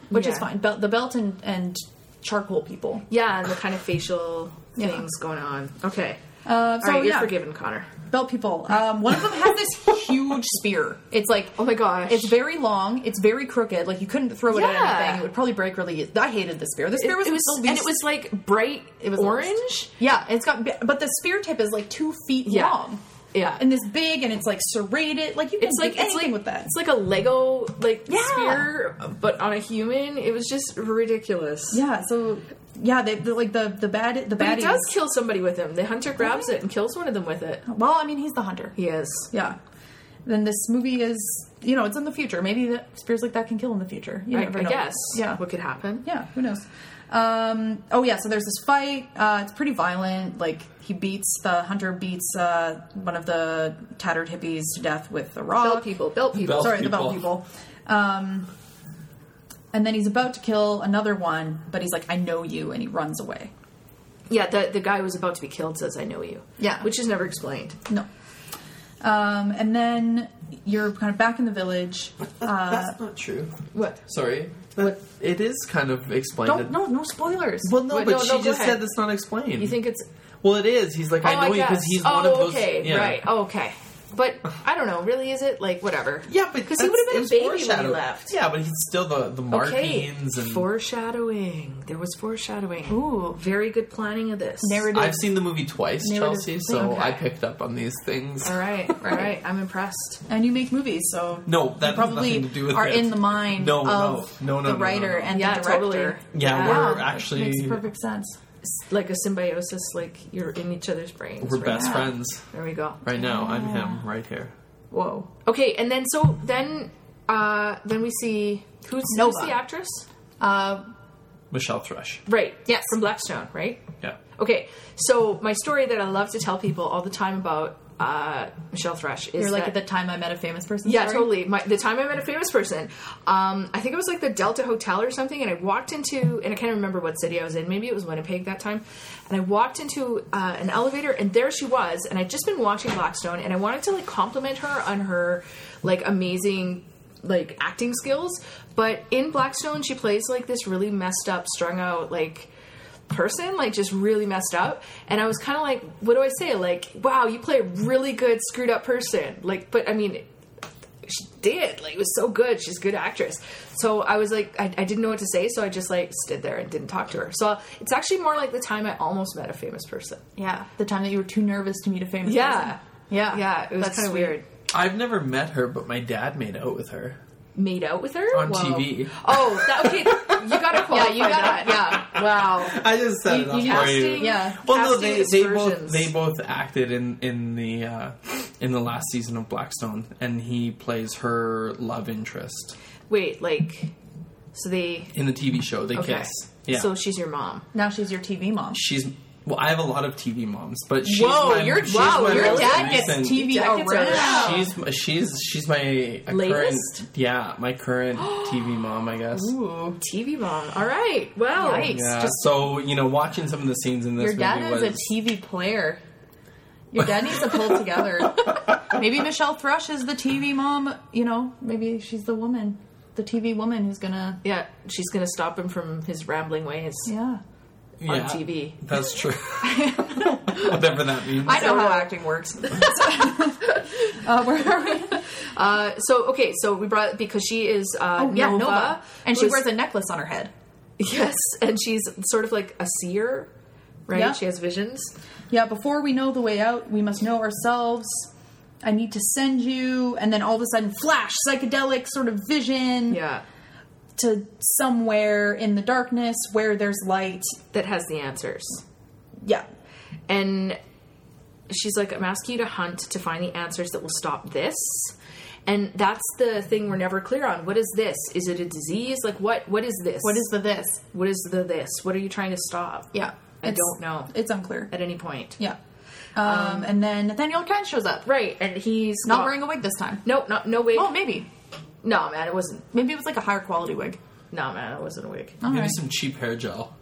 [SPEAKER 2] which is
[SPEAKER 1] Yeah.
[SPEAKER 2] fine. Bel- the belt and, and charcoal people.
[SPEAKER 1] awesome. yeah and the kind of facial
[SPEAKER 2] (laughs) Yeah.
[SPEAKER 1] things going on okay
[SPEAKER 2] Uh, so
[SPEAKER 1] all right you're
[SPEAKER 2] yeah,
[SPEAKER 1] forgiven connor
[SPEAKER 2] belt people. Um, one of them has this huge spear. It's like
[SPEAKER 1] oh my gosh
[SPEAKER 2] It's very long. It's very crooked. Like you couldn't throw it
[SPEAKER 1] Yeah.
[SPEAKER 2] at anything. It would probably break really. eas- I hated the spear. The
[SPEAKER 1] it,
[SPEAKER 2] spear was,
[SPEAKER 1] it was
[SPEAKER 2] the
[SPEAKER 1] and
[SPEAKER 2] least-
[SPEAKER 1] it was like bright
[SPEAKER 2] It was the
[SPEAKER 1] orange
[SPEAKER 2] worst. Yeah, it's got, but the spear tip is like two feet
[SPEAKER 1] Yeah.
[SPEAKER 2] long.
[SPEAKER 1] Yeah.
[SPEAKER 2] and this big, and it's like serrated. Like you can
[SPEAKER 1] it's
[SPEAKER 2] do
[SPEAKER 1] like it's
[SPEAKER 2] anything
[SPEAKER 1] like
[SPEAKER 2] Oh, with that.
[SPEAKER 1] it's like a lego like
[SPEAKER 2] Yeah.
[SPEAKER 1] spear but on a human it was just ridiculous
[SPEAKER 2] yeah, so yeah, they, the like the the bad the
[SPEAKER 1] but
[SPEAKER 2] bad
[SPEAKER 1] he does kill somebody with him the hunter grabs it and kills one of them with it
[SPEAKER 2] Well, I mean, he's the hunter.
[SPEAKER 1] he is
[SPEAKER 2] Yeah. Then this movie is you know it's in the future. Maybe the spears like that can kill in the future. You
[SPEAKER 1] I,
[SPEAKER 2] never
[SPEAKER 1] I
[SPEAKER 2] know.
[SPEAKER 1] guess
[SPEAKER 2] Yeah.
[SPEAKER 1] what could happen.
[SPEAKER 2] yeah, who knows? Um, oh yeah, so there's this fight. Uh, it's pretty violent. Like he beats the hunter beats uh, one of the tattered hippies to death with a rock.
[SPEAKER 1] Belt people, belt people.
[SPEAKER 3] Belt
[SPEAKER 2] Sorry, the belt
[SPEAKER 3] people.
[SPEAKER 2] people. Um, and then he's about to kill another one, but he's like, "I know you," and he runs away.
[SPEAKER 1] Yeah, the the guy who was about to be killed says, "I know you."
[SPEAKER 2] Yeah.
[SPEAKER 1] which is never explained.
[SPEAKER 2] No. Um, and then you're kind of back in the village.
[SPEAKER 3] That's not true.
[SPEAKER 1] What?
[SPEAKER 3] Sorry. It is kind of explained.
[SPEAKER 2] Don't
[SPEAKER 3] that-
[SPEAKER 2] no no spoilers.
[SPEAKER 3] Well, no,
[SPEAKER 1] Wait,
[SPEAKER 3] but
[SPEAKER 1] no,
[SPEAKER 3] she
[SPEAKER 1] no, go
[SPEAKER 3] just
[SPEAKER 1] ahead.
[SPEAKER 3] said that's not explained.
[SPEAKER 1] You think it's?
[SPEAKER 3] Well, it is. He's like,
[SPEAKER 1] Oh,
[SPEAKER 3] I know you
[SPEAKER 1] guess.
[SPEAKER 3] because he's
[SPEAKER 1] oh,
[SPEAKER 3] one of those.
[SPEAKER 1] okay,
[SPEAKER 3] yeah.
[SPEAKER 1] right. Oh, okay, but I don't know. Really, is it like whatever?
[SPEAKER 3] Yeah, but
[SPEAKER 1] because he
[SPEAKER 3] that's-
[SPEAKER 1] would have
[SPEAKER 3] it's
[SPEAKER 1] been a baby when he
[SPEAKER 3] foreshadowed.
[SPEAKER 1] left.
[SPEAKER 3] Yeah, but he's still the the
[SPEAKER 1] Okay.
[SPEAKER 3] markings and.
[SPEAKER 1] Foreshadowing. There was foreshadowing.
[SPEAKER 2] Ooh.
[SPEAKER 1] very good planning of this.
[SPEAKER 2] Narrative.
[SPEAKER 3] I've seen the movie twice,
[SPEAKER 2] Narrative
[SPEAKER 3] Chelsea,
[SPEAKER 2] thing,
[SPEAKER 3] so
[SPEAKER 2] okay.
[SPEAKER 3] I picked up on these things.
[SPEAKER 1] All right, all right. I'm impressed.
[SPEAKER 2] and you make movies, so
[SPEAKER 3] No,
[SPEAKER 2] you
[SPEAKER 3] that has
[SPEAKER 2] probably
[SPEAKER 3] nothing to do with
[SPEAKER 2] are
[SPEAKER 3] it.
[SPEAKER 2] in the mind
[SPEAKER 3] No, no.
[SPEAKER 2] of
[SPEAKER 3] No, no, no,
[SPEAKER 2] the
[SPEAKER 3] no,
[SPEAKER 2] writer
[SPEAKER 3] no.
[SPEAKER 2] and
[SPEAKER 1] Yeah,
[SPEAKER 2] the director.
[SPEAKER 1] totally.
[SPEAKER 3] Yeah,
[SPEAKER 1] Yeah.
[SPEAKER 3] we're
[SPEAKER 2] Wow,
[SPEAKER 3] actually
[SPEAKER 2] makes perfect sense.
[SPEAKER 1] s- like a symbiosis, like you're in each other's brains.
[SPEAKER 3] We're
[SPEAKER 1] right
[SPEAKER 3] best
[SPEAKER 1] now.
[SPEAKER 3] friends.
[SPEAKER 1] There we go.
[SPEAKER 3] Right now, I'm him right here.
[SPEAKER 1] Whoa. Okay, and then so then uh then we see who's, who's
[SPEAKER 2] Nova.
[SPEAKER 1] the actress?
[SPEAKER 2] Uh,
[SPEAKER 3] Michelle Thrush.
[SPEAKER 1] Right.
[SPEAKER 2] Yes.
[SPEAKER 1] From Blackstone, right?
[SPEAKER 3] Yeah.
[SPEAKER 1] Okay. So my story that I love to tell people all the time about uh Michelle Thrush is
[SPEAKER 2] you're like
[SPEAKER 1] that-
[SPEAKER 2] at the time I met a famous person.
[SPEAKER 1] Yeah,
[SPEAKER 2] story?
[SPEAKER 1] totally. My, the time I met a famous person, um, I think it was like the Delta Hotel or something, and I walked into, and I can't remember what city I was in. Maybe it was Winnipeg that time. And I walked into uh, an elevator, and there she was. And I'd just been watching Blackstone, and I wanted to like compliment her on her like amazing like acting skills. But in Blackstone, she plays like this really messed up, strung out, like person, like just really messed up. And I was kind of like, what do I say? Like, wow, you play a really good screwed up person. Like, but I mean, she did. Like, it was so good. She's a good actress. So I was like, I, I didn't know what to say, so I just like stood there and didn't talk to her. So it's actually more like the time I almost met a famous person.
[SPEAKER 2] Yeah, the time that you were too nervous to meet a famous
[SPEAKER 1] Yeah.
[SPEAKER 2] person. Yeah.
[SPEAKER 1] Yeah, it was
[SPEAKER 2] That's
[SPEAKER 1] kind of
[SPEAKER 2] sweet.
[SPEAKER 1] weird.
[SPEAKER 3] I've never met her, but my dad made out with her
[SPEAKER 1] Made out with her
[SPEAKER 3] on
[SPEAKER 1] Whoa.
[SPEAKER 3] TV.
[SPEAKER 1] Oh, that, okay. You gotta qualify
[SPEAKER 2] (laughs) Yeah, you
[SPEAKER 1] that.
[SPEAKER 2] got it. (laughs) Yeah. Wow.
[SPEAKER 3] I just set
[SPEAKER 2] You-
[SPEAKER 3] it up
[SPEAKER 2] you
[SPEAKER 3] for
[SPEAKER 2] casting-
[SPEAKER 3] you.
[SPEAKER 2] yeah.
[SPEAKER 3] Well, no,
[SPEAKER 1] casting
[SPEAKER 3] they, they both
[SPEAKER 1] aspersions.
[SPEAKER 3] they both acted in in the uh, in the last season of Blackstone, and he plays her love interest
[SPEAKER 1] Wait, like, so they
[SPEAKER 3] in the TV show. They
[SPEAKER 1] okay.
[SPEAKER 3] kiss. Yeah.
[SPEAKER 1] So she's your mom.
[SPEAKER 2] Now she's your TV mom.
[SPEAKER 3] she's. Well, I have a lot of TV moms, but she's
[SPEAKER 2] Whoa,
[SPEAKER 3] my,
[SPEAKER 2] your
[SPEAKER 3] she's
[SPEAKER 2] wow,
[SPEAKER 3] my
[SPEAKER 2] your
[SPEAKER 3] most
[SPEAKER 2] dad gets
[SPEAKER 3] recent-
[SPEAKER 2] TV
[SPEAKER 1] Dad gets
[SPEAKER 2] around.
[SPEAKER 1] around.
[SPEAKER 3] She's she's she's my uh,
[SPEAKER 1] Latest?
[SPEAKER 3] current yeah my
[SPEAKER 2] (gasps)
[SPEAKER 3] current TV mom I guess.
[SPEAKER 2] Ooh.
[SPEAKER 1] TV mom. All right. Well,
[SPEAKER 2] Yikes.
[SPEAKER 3] Yeah.
[SPEAKER 2] Just-
[SPEAKER 3] so you know, watching some of the scenes in this
[SPEAKER 2] Your dad
[SPEAKER 3] movie
[SPEAKER 2] is
[SPEAKER 3] was
[SPEAKER 2] a TV player. Your
[SPEAKER 3] (laughs)
[SPEAKER 2] dad needs to pull together. Maybe Michelle Thrush is the TV mom. You know, maybe she's the woman, the TV woman who's gonna.
[SPEAKER 1] yeah, she's gonna stop him from his rambling ways.
[SPEAKER 2] Yeah.
[SPEAKER 1] on
[SPEAKER 3] Yeah,
[SPEAKER 1] TV.
[SPEAKER 3] That's
[SPEAKER 1] (laughs)
[SPEAKER 3] true. Whatever that means.
[SPEAKER 2] I know how acting works. (laughs) uh, where are we?
[SPEAKER 1] Uh, so okay, so we brought because she is uh,
[SPEAKER 2] Oh, yeah, Nova. And she
[SPEAKER 1] who's-
[SPEAKER 2] wears a necklace on her head.
[SPEAKER 1] (laughs) Yes, and she's sort of like a seer, right?
[SPEAKER 2] Yeah.
[SPEAKER 1] She has visions.
[SPEAKER 2] Yeah, before we know the way out, we must know ourselves. I need to send you, and then all of a sudden, flash, psychedelic sort of vision
[SPEAKER 1] Yeah,
[SPEAKER 2] to somewhere in the darkness where there's light.
[SPEAKER 1] that has the answers.
[SPEAKER 2] Yeah.
[SPEAKER 1] And she's like, I'm asking you to hunt to find the answers that will stop this. And that's the thing we're never clear on. What is this? Is it a disease? Like what? What is this?
[SPEAKER 2] What is the this?
[SPEAKER 1] what is the this? What are you trying to stop?
[SPEAKER 2] Yeah.
[SPEAKER 1] I don't know.
[SPEAKER 2] It's unclear.
[SPEAKER 1] At any point,
[SPEAKER 2] Yeah. Um, Oh. and then Nathaniel Kent shows up.
[SPEAKER 1] right? And he's
[SPEAKER 2] Not
[SPEAKER 1] got-
[SPEAKER 2] wearing a wig this time.
[SPEAKER 1] No, no, no wig.
[SPEAKER 2] Oh, maybe.
[SPEAKER 1] no, man, it wasn't.
[SPEAKER 2] Maybe it was like a higher quality wig.
[SPEAKER 1] No, man, it wasn't a wig.
[SPEAKER 2] All
[SPEAKER 3] Maybe
[SPEAKER 2] right.
[SPEAKER 3] some cheap hair gel.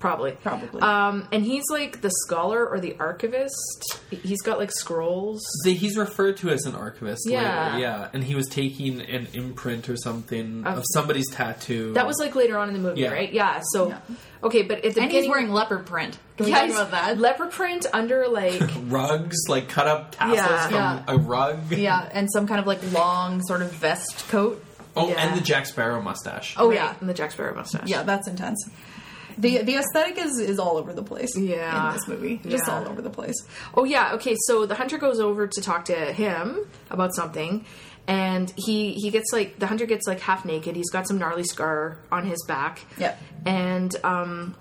[SPEAKER 1] Probably.
[SPEAKER 2] Probably.
[SPEAKER 1] Um, and he's like the scholar or the archivist. He's got like scrolls.
[SPEAKER 3] See, He's referred to as an archivist.
[SPEAKER 1] Yeah.
[SPEAKER 3] later, yeah. And he was taking an imprint or something
[SPEAKER 1] Of-
[SPEAKER 3] of somebody's tattoo.
[SPEAKER 1] That was like later on in the movie,
[SPEAKER 3] Yeah.
[SPEAKER 1] right? Yeah. So,
[SPEAKER 2] Yeah.
[SPEAKER 1] okay, but at the
[SPEAKER 2] and
[SPEAKER 1] beginning,
[SPEAKER 2] he's wearing leopard print. Can we
[SPEAKER 1] Yeah,
[SPEAKER 2] talk
[SPEAKER 1] he's
[SPEAKER 2] about that?
[SPEAKER 1] leopard print under like
[SPEAKER 3] rugs, like cut up tassels
[SPEAKER 1] Yeah.
[SPEAKER 3] from
[SPEAKER 2] Yeah.
[SPEAKER 3] a rug.
[SPEAKER 2] yeah, and some kind of like long sort of vest coat.
[SPEAKER 3] Oh,
[SPEAKER 1] Yeah.
[SPEAKER 3] and the Jack Sparrow mustache.
[SPEAKER 2] (laughs) Oh
[SPEAKER 1] right,
[SPEAKER 2] yeah,
[SPEAKER 1] and the Jack Sparrow mustache.
[SPEAKER 2] yeah, that's intense. The the aesthetic is is all over the place.
[SPEAKER 1] Yeah.
[SPEAKER 2] in this movie, just
[SPEAKER 1] Yeah.
[SPEAKER 2] all over the place.
[SPEAKER 1] Oh yeah. Okay. So the hunter goes over to talk to him about something, and he he gets like the hunter gets like half naked. He's got some gnarly scar on his back.
[SPEAKER 2] Yep.
[SPEAKER 1] And um,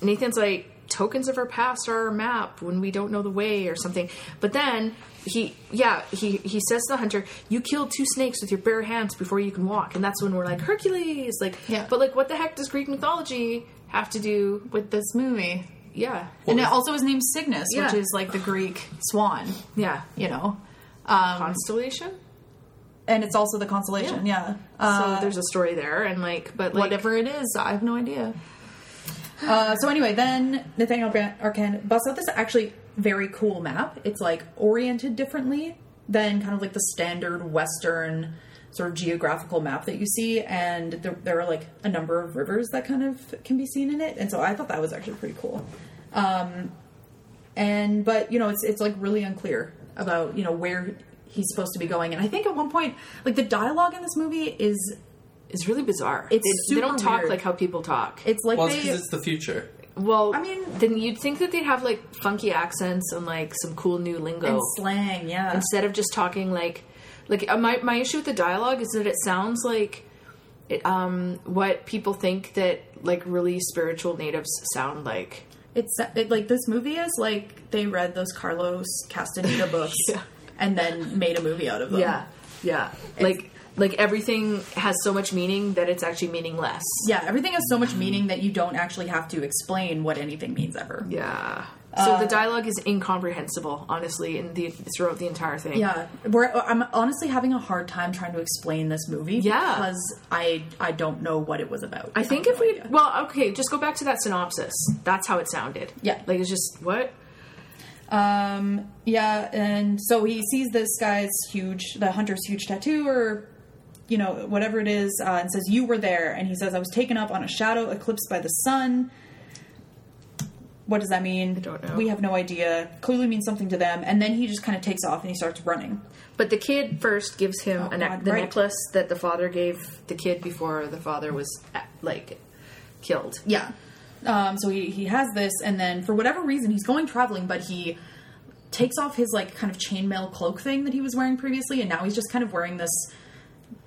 [SPEAKER 1] Nathan's like, tokens of our past are our map when we don't know the way or something. But then he, yeah, he, he says to the hunter, you killed two snakes with your bare hands before you can walk. And that's when we're like, Hercules! Like,
[SPEAKER 2] Yeah.
[SPEAKER 1] but like, what the heck does Greek mythology have to do with,
[SPEAKER 2] With this movie,
[SPEAKER 1] yeah,
[SPEAKER 2] and it also is named Cygnus, which
[SPEAKER 1] Yeah.
[SPEAKER 2] is like the Greek swan.
[SPEAKER 1] yeah,
[SPEAKER 2] You know, um,
[SPEAKER 1] constellation?
[SPEAKER 2] and it's also the constellation. Yeah. Uh,
[SPEAKER 1] so there's a story there, and like, but like,
[SPEAKER 2] whatever it is. I have no idea. Uh, so anyway, then Nathaniel Grant Arcan busts out this actually very cool map. It's like oriented differently than kind of like the standard Western sort of geographical map that you see, and there, there are like a number of rivers that kind of can be seen in it. And so I thought that was actually pretty cool. Um, and but you know it's it's like really unclear about you know where he's supposed to be going. And I think at one point, like the dialogue in this movie is
[SPEAKER 1] it's really bizarre.
[SPEAKER 2] It's
[SPEAKER 1] they, they don't
[SPEAKER 2] super
[SPEAKER 1] talk
[SPEAKER 2] weird.
[SPEAKER 1] like how people talk.
[SPEAKER 2] it's like
[SPEAKER 3] well,
[SPEAKER 2] they
[SPEAKER 3] it's because it's the future.
[SPEAKER 1] Well,
[SPEAKER 2] I mean-
[SPEAKER 1] then you'd think that they'd have like funky accents and like some cool new lingo
[SPEAKER 2] and slang, yeah.
[SPEAKER 1] instead of just talking like like uh, my my issue with the dialogue is that it sounds like it, um what people think that like really spiritual natives sound like.
[SPEAKER 2] It's it, like this movie is like they read those Carlos
[SPEAKER 1] (laughs)
[SPEAKER 2] Castaneda books
[SPEAKER 1] Yeah.
[SPEAKER 2] and then made a movie out of them.
[SPEAKER 1] Yeah, yeah. like like everything has so much meaning that it's actually meaningless.
[SPEAKER 2] Yeah, everything has so much meaning that you don't actually have to explain what anything means ever.
[SPEAKER 1] Yeah. Uh, So the dialogue is incomprehensible, honestly, in the throughout the entire thing.
[SPEAKER 2] Yeah, we're, I'm honestly having a hard time trying to explain this movie
[SPEAKER 1] Yeah.
[SPEAKER 2] because I I don't know what it was about.
[SPEAKER 1] I think if we well, okay, just go back to that synopsis. That's how it sounded.
[SPEAKER 2] Yeah.
[SPEAKER 1] Like it's just what?
[SPEAKER 2] Um, yeah, and so he sees this guy's huge, the hunter's huge tattoo, or you know whatever it is, uh, and says, "You were there." And he says, "I was taken up on a shadow eclipsed by the sun." What does that mean? I
[SPEAKER 1] don't know.
[SPEAKER 2] We have no idea. Clearly means something to them. And then he just kind of takes off and he starts running.
[SPEAKER 1] But the kid first gives him a ne-
[SPEAKER 2] God,
[SPEAKER 1] the
[SPEAKER 2] right.
[SPEAKER 1] necklace that the father gave the kid before the father was uh, like killed.
[SPEAKER 2] Yeah. Um, so he, he has this, and then for whatever reason, he's going traveling, but he takes off his like kind of chainmail cloak thing that he was wearing previously, and now he's just kind of wearing this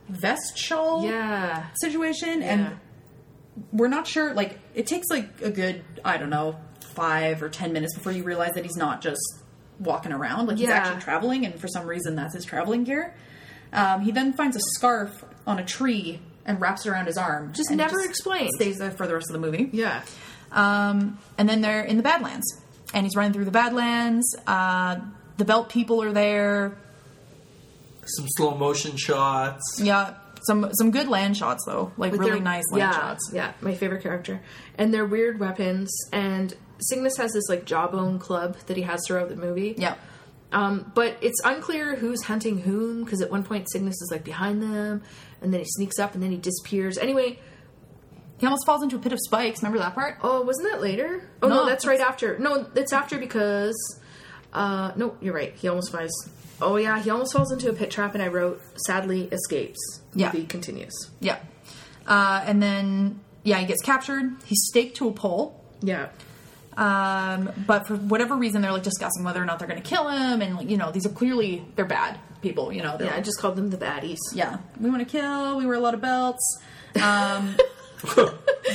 [SPEAKER 2] vest shawl
[SPEAKER 1] Yeah.
[SPEAKER 2] situation,
[SPEAKER 1] Yeah.
[SPEAKER 2] and we're not sure. Like it takes like a good I don't know five or ten minutes before you realize that he's not just walking around; like he's
[SPEAKER 1] Yeah.
[SPEAKER 2] actually traveling, and for some reason that's his traveling gear. Um, he then finds a scarf on a tree and wraps it around his arm.
[SPEAKER 1] Just
[SPEAKER 2] and it
[SPEAKER 1] never explained.
[SPEAKER 2] Stays there for the rest of the movie.
[SPEAKER 1] Yeah.
[SPEAKER 2] Um, and then they're in the Badlands, and he's running through the Badlands. Uh, the Belt people are there.
[SPEAKER 3] Some slow motion shots.
[SPEAKER 2] Yeah, some some good land shots though, like
[SPEAKER 1] But
[SPEAKER 2] really
[SPEAKER 1] they're-
[SPEAKER 2] nice
[SPEAKER 1] yeah,
[SPEAKER 2] land shots.
[SPEAKER 1] Yeah, my favorite character. And they're weird weapons and Cygnus has this like jawbone club that he has throughout the movie.
[SPEAKER 2] Yeah,
[SPEAKER 1] Um, but it's unclear who's hunting whom because at one point Cygnus is like behind them, and then he sneaks up and then he disappears. Anyway,
[SPEAKER 2] he almost falls into a pit of spikes. Remember that part?
[SPEAKER 1] oh, wasn't that later? Oh no,
[SPEAKER 2] No,
[SPEAKER 1] that's right after. No, it's after because uh, no, you're right. He almost falls. Oh yeah, he almost falls into a pit trap, and I wrote sadly escapes.
[SPEAKER 2] Yeah.
[SPEAKER 1] he continues.
[SPEAKER 2] Yeah, uh, and then yeah, he gets captured. He's staked to a pole.
[SPEAKER 1] Yeah,
[SPEAKER 2] Um, but for whatever reason, they're like discussing whether or not they're going to kill him, and like, you know, these are clearly they're bad people. You know, they're
[SPEAKER 1] yeah. I
[SPEAKER 2] like,
[SPEAKER 1] just called them the baddies.
[SPEAKER 2] yeah, we want to kill. We wear a lot of belts.
[SPEAKER 1] (laughs)
[SPEAKER 2] Um,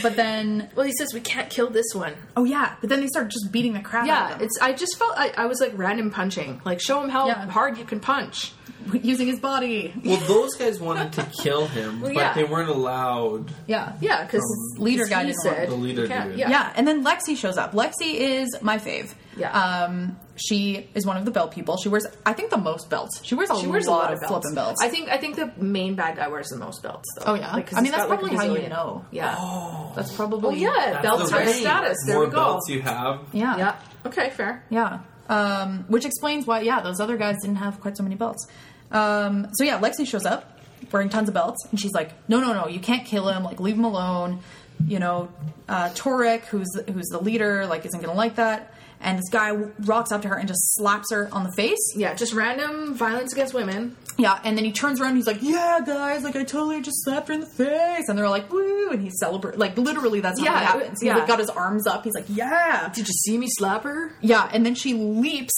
[SPEAKER 2] but then
[SPEAKER 1] Well, he says we can't kill this one.
[SPEAKER 2] Oh yeah, but then they start just beating the crap out
[SPEAKER 1] Yeah,
[SPEAKER 2] of them.
[SPEAKER 1] it's. I just felt I, I was like random punching. Like show him how
[SPEAKER 2] Yeah.
[SPEAKER 1] hard you can punch.
[SPEAKER 2] It's using his body.
[SPEAKER 3] Well, those guys wanted to kill him, but
[SPEAKER 1] yeah.
[SPEAKER 3] they weren't allowed.
[SPEAKER 2] Yeah,
[SPEAKER 1] Yeah, because
[SPEAKER 2] leader guy didn't want-
[SPEAKER 1] said
[SPEAKER 3] The leader
[SPEAKER 1] you can't-
[SPEAKER 3] did.
[SPEAKER 1] Yeah.
[SPEAKER 2] yeah. And then Lexi shows up. Lexi is my fave.
[SPEAKER 1] Yeah.
[SPEAKER 2] um, she is one of the belt people. She wears, I think, the most belts. She wears a,
[SPEAKER 1] She wears
[SPEAKER 2] lot, of flipping belts.
[SPEAKER 1] I think I think the main bad guy wears the most belts. Though.
[SPEAKER 2] Oh, yeah?
[SPEAKER 1] Like, 'cause
[SPEAKER 2] I mean,
[SPEAKER 1] he's
[SPEAKER 2] that's
[SPEAKER 1] got, like, a
[SPEAKER 2] probably how you
[SPEAKER 1] bazillion.
[SPEAKER 2] know.
[SPEAKER 1] Yeah.
[SPEAKER 2] that's probably.
[SPEAKER 1] Oh yeah, belts
[SPEAKER 3] the
[SPEAKER 1] have
[SPEAKER 3] rate.
[SPEAKER 1] status. There
[SPEAKER 3] more
[SPEAKER 1] we go.
[SPEAKER 3] belts you have,
[SPEAKER 2] yeah,
[SPEAKER 1] yeah. Okay. Fair.
[SPEAKER 2] Yeah. Um, which explains why, yeah, those other guys didn't have quite so many belts. Um, so yeah, Lexi shows up wearing tons of belts, and she's like, "No, no, no, you can't kill him. Like, leave him alone." You know, uh, Torek, who's who's the leader, like, isn't gonna like that. And this guy w- rocks up to her and just slaps her on the face.
[SPEAKER 1] Yeah. Just random violence against women.
[SPEAKER 2] Yeah, and then he turns around and he's like, "Yeah, guys, like I totally just slapped her in the face," and they're like, "Woo!" and he's celebrating. Like literally, that's
[SPEAKER 1] Yeah,
[SPEAKER 2] how it happens. He's
[SPEAKER 1] yeah.
[SPEAKER 2] like got his arms up. He's like, "Yeah,
[SPEAKER 1] Did you see me slap her?
[SPEAKER 2] yeah," and then she leaps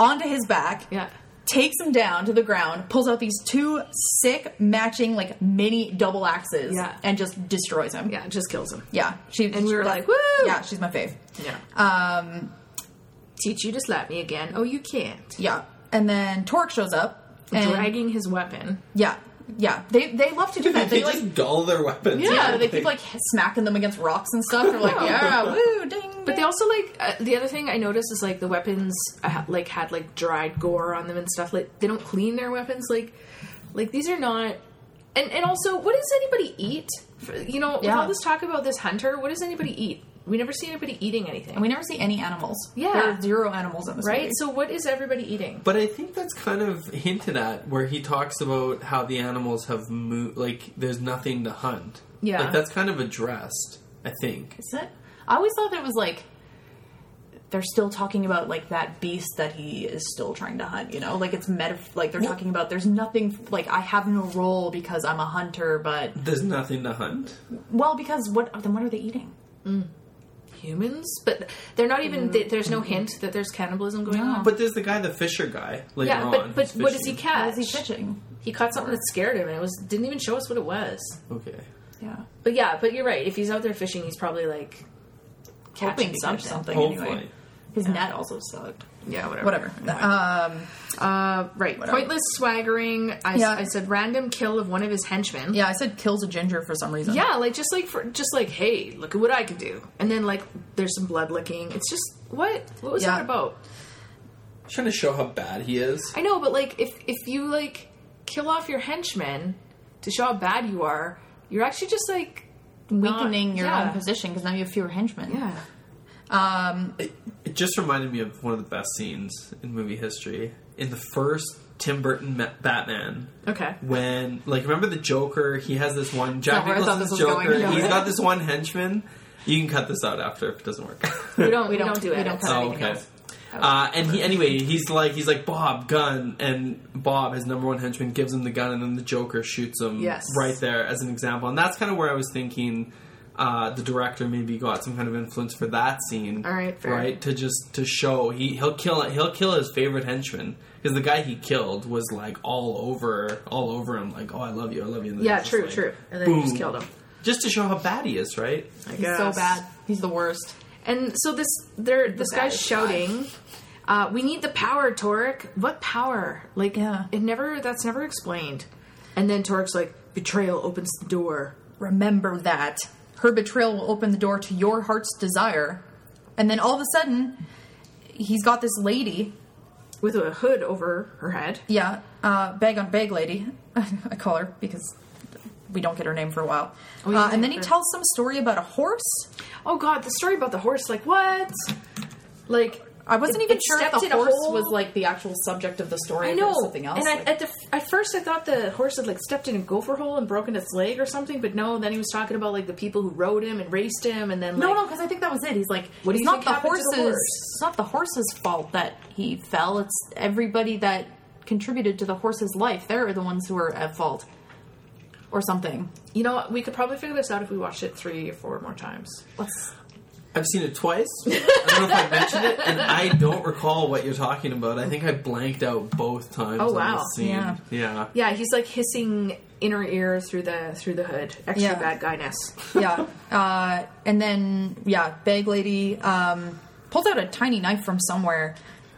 [SPEAKER 2] onto his back.
[SPEAKER 1] Yeah.
[SPEAKER 2] takes him down to the ground, pulls out these two sick matching like mini double axes,
[SPEAKER 1] Yeah.
[SPEAKER 2] and just destroys him.
[SPEAKER 1] Yeah. Just kills him.
[SPEAKER 2] yeah. She
[SPEAKER 1] And we were
[SPEAKER 2] that-
[SPEAKER 1] like, "Woo!"
[SPEAKER 2] Yeah, she's my fave.
[SPEAKER 1] Yeah.
[SPEAKER 2] Um,
[SPEAKER 1] Teach you to slap me again. Oh, you can't.
[SPEAKER 2] yeah, and then Torque shows up and
[SPEAKER 1] Dragging his weapon.
[SPEAKER 2] yeah, yeah. They they love to do that.
[SPEAKER 3] (laughs) they
[SPEAKER 2] They like
[SPEAKER 3] just dull their weapons.
[SPEAKER 2] yeah, they keep like smacking them against rocks and stuff. They're like, (laughs) yeah, woo, ding.
[SPEAKER 1] But they also like uh, the other thing I noticed is like the weapons uh, like had like dried gore on them and stuff. Like they don't clean their weapons. Like like these are not. And and also, what does anybody eat? F- You know, with
[SPEAKER 2] Yeah.
[SPEAKER 1] all this talk about this hunter, what does anybody eat? We never see anybody eating anything,
[SPEAKER 2] and we never see any animals.
[SPEAKER 1] Yeah.
[SPEAKER 2] there are zero animals in this
[SPEAKER 1] right?
[SPEAKER 2] movie.
[SPEAKER 1] So what is everybody eating?
[SPEAKER 3] But I think that's kind of hinted at where he talks about how the animals have moved. Like, there's nothing to hunt.
[SPEAKER 1] Yeah.
[SPEAKER 3] Like, that's kind of addressed, I think.
[SPEAKER 2] Is it? I always thought that it was like they're still talking about like that beast that he is still trying to hunt. You know, like it's meta. Like they're talking about there's nothing. Like I have no role because I'm a hunter. But
[SPEAKER 3] There's nothing to hunt.
[SPEAKER 2] well, because what then? What are they eating?
[SPEAKER 1] Humans, but they're not even. They, there's no hint that there's cannibalism going on.
[SPEAKER 3] But there's the guy, the fisher guy, later
[SPEAKER 1] yeah,
[SPEAKER 3] on.
[SPEAKER 1] but but
[SPEAKER 3] who's
[SPEAKER 1] what does he
[SPEAKER 3] fishing.
[SPEAKER 1] catch?
[SPEAKER 2] Is he fishing?
[SPEAKER 1] He caught something that scared him, and it was didn't even show us what it was.
[SPEAKER 3] Okay.
[SPEAKER 2] Yeah.
[SPEAKER 1] But yeah, but you're right. If he's out there fishing, he's probably like
[SPEAKER 2] Hoping
[SPEAKER 1] catching
[SPEAKER 2] to
[SPEAKER 1] something.
[SPEAKER 2] catch something
[SPEAKER 3] Hopefully.
[SPEAKER 2] anyway. His net also sucked.
[SPEAKER 1] Yeah, whatever.
[SPEAKER 2] Whatever. Um,
[SPEAKER 1] Uh, right. Pointless swaggering. I,
[SPEAKER 2] Yeah.
[SPEAKER 1] I said random kill of one of his henchmen.
[SPEAKER 2] yeah, I said kills a ginger for some reason.
[SPEAKER 1] Yeah, like just like for just like hey, look at what I can do, and then like there's some blood licking. It's just what what was
[SPEAKER 2] Yeah.
[SPEAKER 1] that about?
[SPEAKER 3] Trying to show how bad he is.
[SPEAKER 1] I know, but like if if you like kill off your henchmen to show how bad you are, you're actually just like not-
[SPEAKER 2] Weakening your
[SPEAKER 1] yeah.
[SPEAKER 2] own position because now you have fewer henchmen.
[SPEAKER 1] Yeah,
[SPEAKER 2] Um,
[SPEAKER 3] It, it just reminded me of one of the best scenes in movie history. In the first Tim Burton Ma- Batman,
[SPEAKER 1] okay.
[SPEAKER 3] when like remember the Joker? He has this one Jack
[SPEAKER 2] where I thought
[SPEAKER 3] Nicholson's
[SPEAKER 2] this
[SPEAKER 1] (laughs)
[SPEAKER 2] was
[SPEAKER 3] Joker.
[SPEAKER 2] going.
[SPEAKER 3] He's got this one henchman. You can cut this out after if it doesn't work.
[SPEAKER 1] (laughs) We don't we,
[SPEAKER 2] we
[SPEAKER 1] don't, do it.
[SPEAKER 2] We don't cut
[SPEAKER 3] Oh,
[SPEAKER 2] anything
[SPEAKER 3] okay.
[SPEAKER 2] else.
[SPEAKER 3] Uh,
[SPEAKER 1] Oh.
[SPEAKER 3] and he, anyway, he's like he's like Bob gun, and Bob, his number one henchman, gives him the gun, and then the Joker shoots him
[SPEAKER 1] Yes.
[SPEAKER 3] right there as an example. And that's kind of where I was thinking uh, the director maybe got some kind of influence for that scene,
[SPEAKER 1] All right, fair.
[SPEAKER 3] right? To just to show he he'll kill he'll kill his favorite henchman because the guy he killed was like all over all over him, like oh I love you, I love you. And then
[SPEAKER 1] Yeah,
[SPEAKER 3] it's just
[SPEAKER 1] true,
[SPEAKER 3] like,
[SPEAKER 1] true. And then you just
[SPEAKER 3] boom.
[SPEAKER 1] killed him.
[SPEAKER 3] just to show how bad he is, right?
[SPEAKER 1] I
[SPEAKER 2] He's so
[SPEAKER 1] guess.
[SPEAKER 2] bad. He's the worst.
[SPEAKER 1] And so this there this
[SPEAKER 2] bad
[SPEAKER 1] guy's
[SPEAKER 2] is
[SPEAKER 1] shouting. Uh, we need the power, Torek. What power? Like
[SPEAKER 2] Yeah.
[SPEAKER 1] it never that's never explained. And then Torek's like, betrayal opens the door.
[SPEAKER 2] Remember that. Her betrayal will open the door to your heart's desire. And then all of a sudden, he's got this lady
[SPEAKER 1] With a hood over her head.
[SPEAKER 2] Yeah, uh, bag on bag lady. (laughs) I call her because we don't get her name for a while.
[SPEAKER 1] Oh, yeah,
[SPEAKER 2] uh, and then he
[SPEAKER 1] sure.
[SPEAKER 2] tells some story about a horse.
[SPEAKER 1] Oh god, the story about the horse, like what? Like
[SPEAKER 2] I wasn't
[SPEAKER 1] it-
[SPEAKER 2] even
[SPEAKER 1] it
[SPEAKER 2] sure if
[SPEAKER 1] stepped
[SPEAKER 2] the
[SPEAKER 1] in a
[SPEAKER 2] horse
[SPEAKER 1] hole.
[SPEAKER 2] was like the actual subject of the story.
[SPEAKER 1] I know.
[SPEAKER 2] or something else.
[SPEAKER 1] And
[SPEAKER 2] like-
[SPEAKER 1] I, at the at first, I thought the horse had like stepped in a gopher hole and broken its leg or something. But no, then he was talking about like the people who rode him and raced him, and then like,
[SPEAKER 2] no, no, because I think that was it. He's like,
[SPEAKER 1] What do
[SPEAKER 2] it's
[SPEAKER 1] you
[SPEAKER 2] not
[SPEAKER 1] think
[SPEAKER 2] the
[SPEAKER 1] happened
[SPEAKER 2] horse's.
[SPEAKER 1] to the horse?
[SPEAKER 2] It's not the horse's fault that he fell. It's everybody that contributed to the horse's life. They're the ones who are at fault, or something.
[SPEAKER 1] you know, we could probably figure this out if we watched it three or four more times.
[SPEAKER 2] Let's.
[SPEAKER 3] I've seen it twice. I don't know if I mentioned it, and I don't recall what you're talking about. I think I blanked out both times.
[SPEAKER 1] Oh,
[SPEAKER 3] on
[SPEAKER 1] wow.
[SPEAKER 3] this scene.
[SPEAKER 2] Yeah.
[SPEAKER 3] yeah.
[SPEAKER 1] Yeah, he's like hissing inner ear through the through the hood. Extra
[SPEAKER 2] Yeah.
[SPEAKER 1] bad guyness.
[SPEAKER 2] yeah. (laughs) Uh, and then, yeah, Bag Lady um, pulls out a tiny knife from somewhere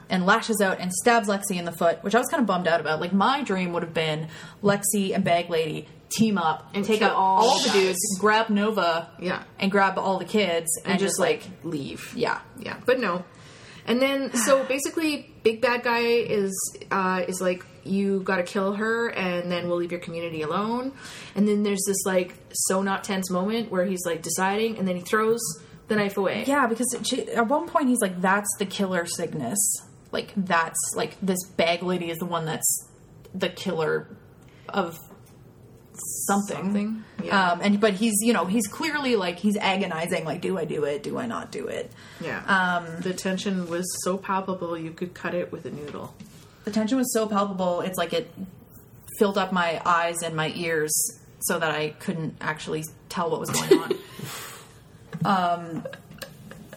[SPEAKER 2] and lashes out and stabs Lexi in the foot, which I was kind of bummed out about. Like, my dream would have been Lexi and Bag Lady team up
[SPEAKER 1] And
[SPEAKER 2] and take
[SPEAKER 1] kill
[SPEAKER 2] out
[SPEAKER 1] all
[SPEAKER 2] all, the
[SPEAKER 1] the
[SPEAKER 2] dudes, grab Nova,
[SPEAKER 1] Yeah.
[SPEAKER 2] and grab all the kids, and,
[SPEAKER 1] And,
[SPEAKER 2] just, like,
[SPEAKER 1] leave.
[SPEAKER 2] yeah.
[SPEAKER 1] yeah, but no. And then so basically, big bad guy is uh, is like you got to kill her, and then we'll leave your community alone. And then there's this like so not tense moment where he's like deciding, and then he throws the knife away.
[SPEAKER 2] Yeah, because it- she, at one point he's like, "That's the killer Cygnus. Like that's like this bag lady is the one that's the killer of something."
[SPEAKER 1] Something, yeah.
[SPEAKER 2] Um, and but he's you know he's clearly like he's agonizing. Like, do I do it? Do I not do it?
[SPEAKER 1] yeah. Um, the tension was so palpable you could cut it with a noodle.
[SPEAKER 2] The tension was so palpable. It's like it filled up my eyes and my ears so that I couldn't actually tell what was going
[SPEAKER 1] (laughs)
[SPEAKER 2] on. um.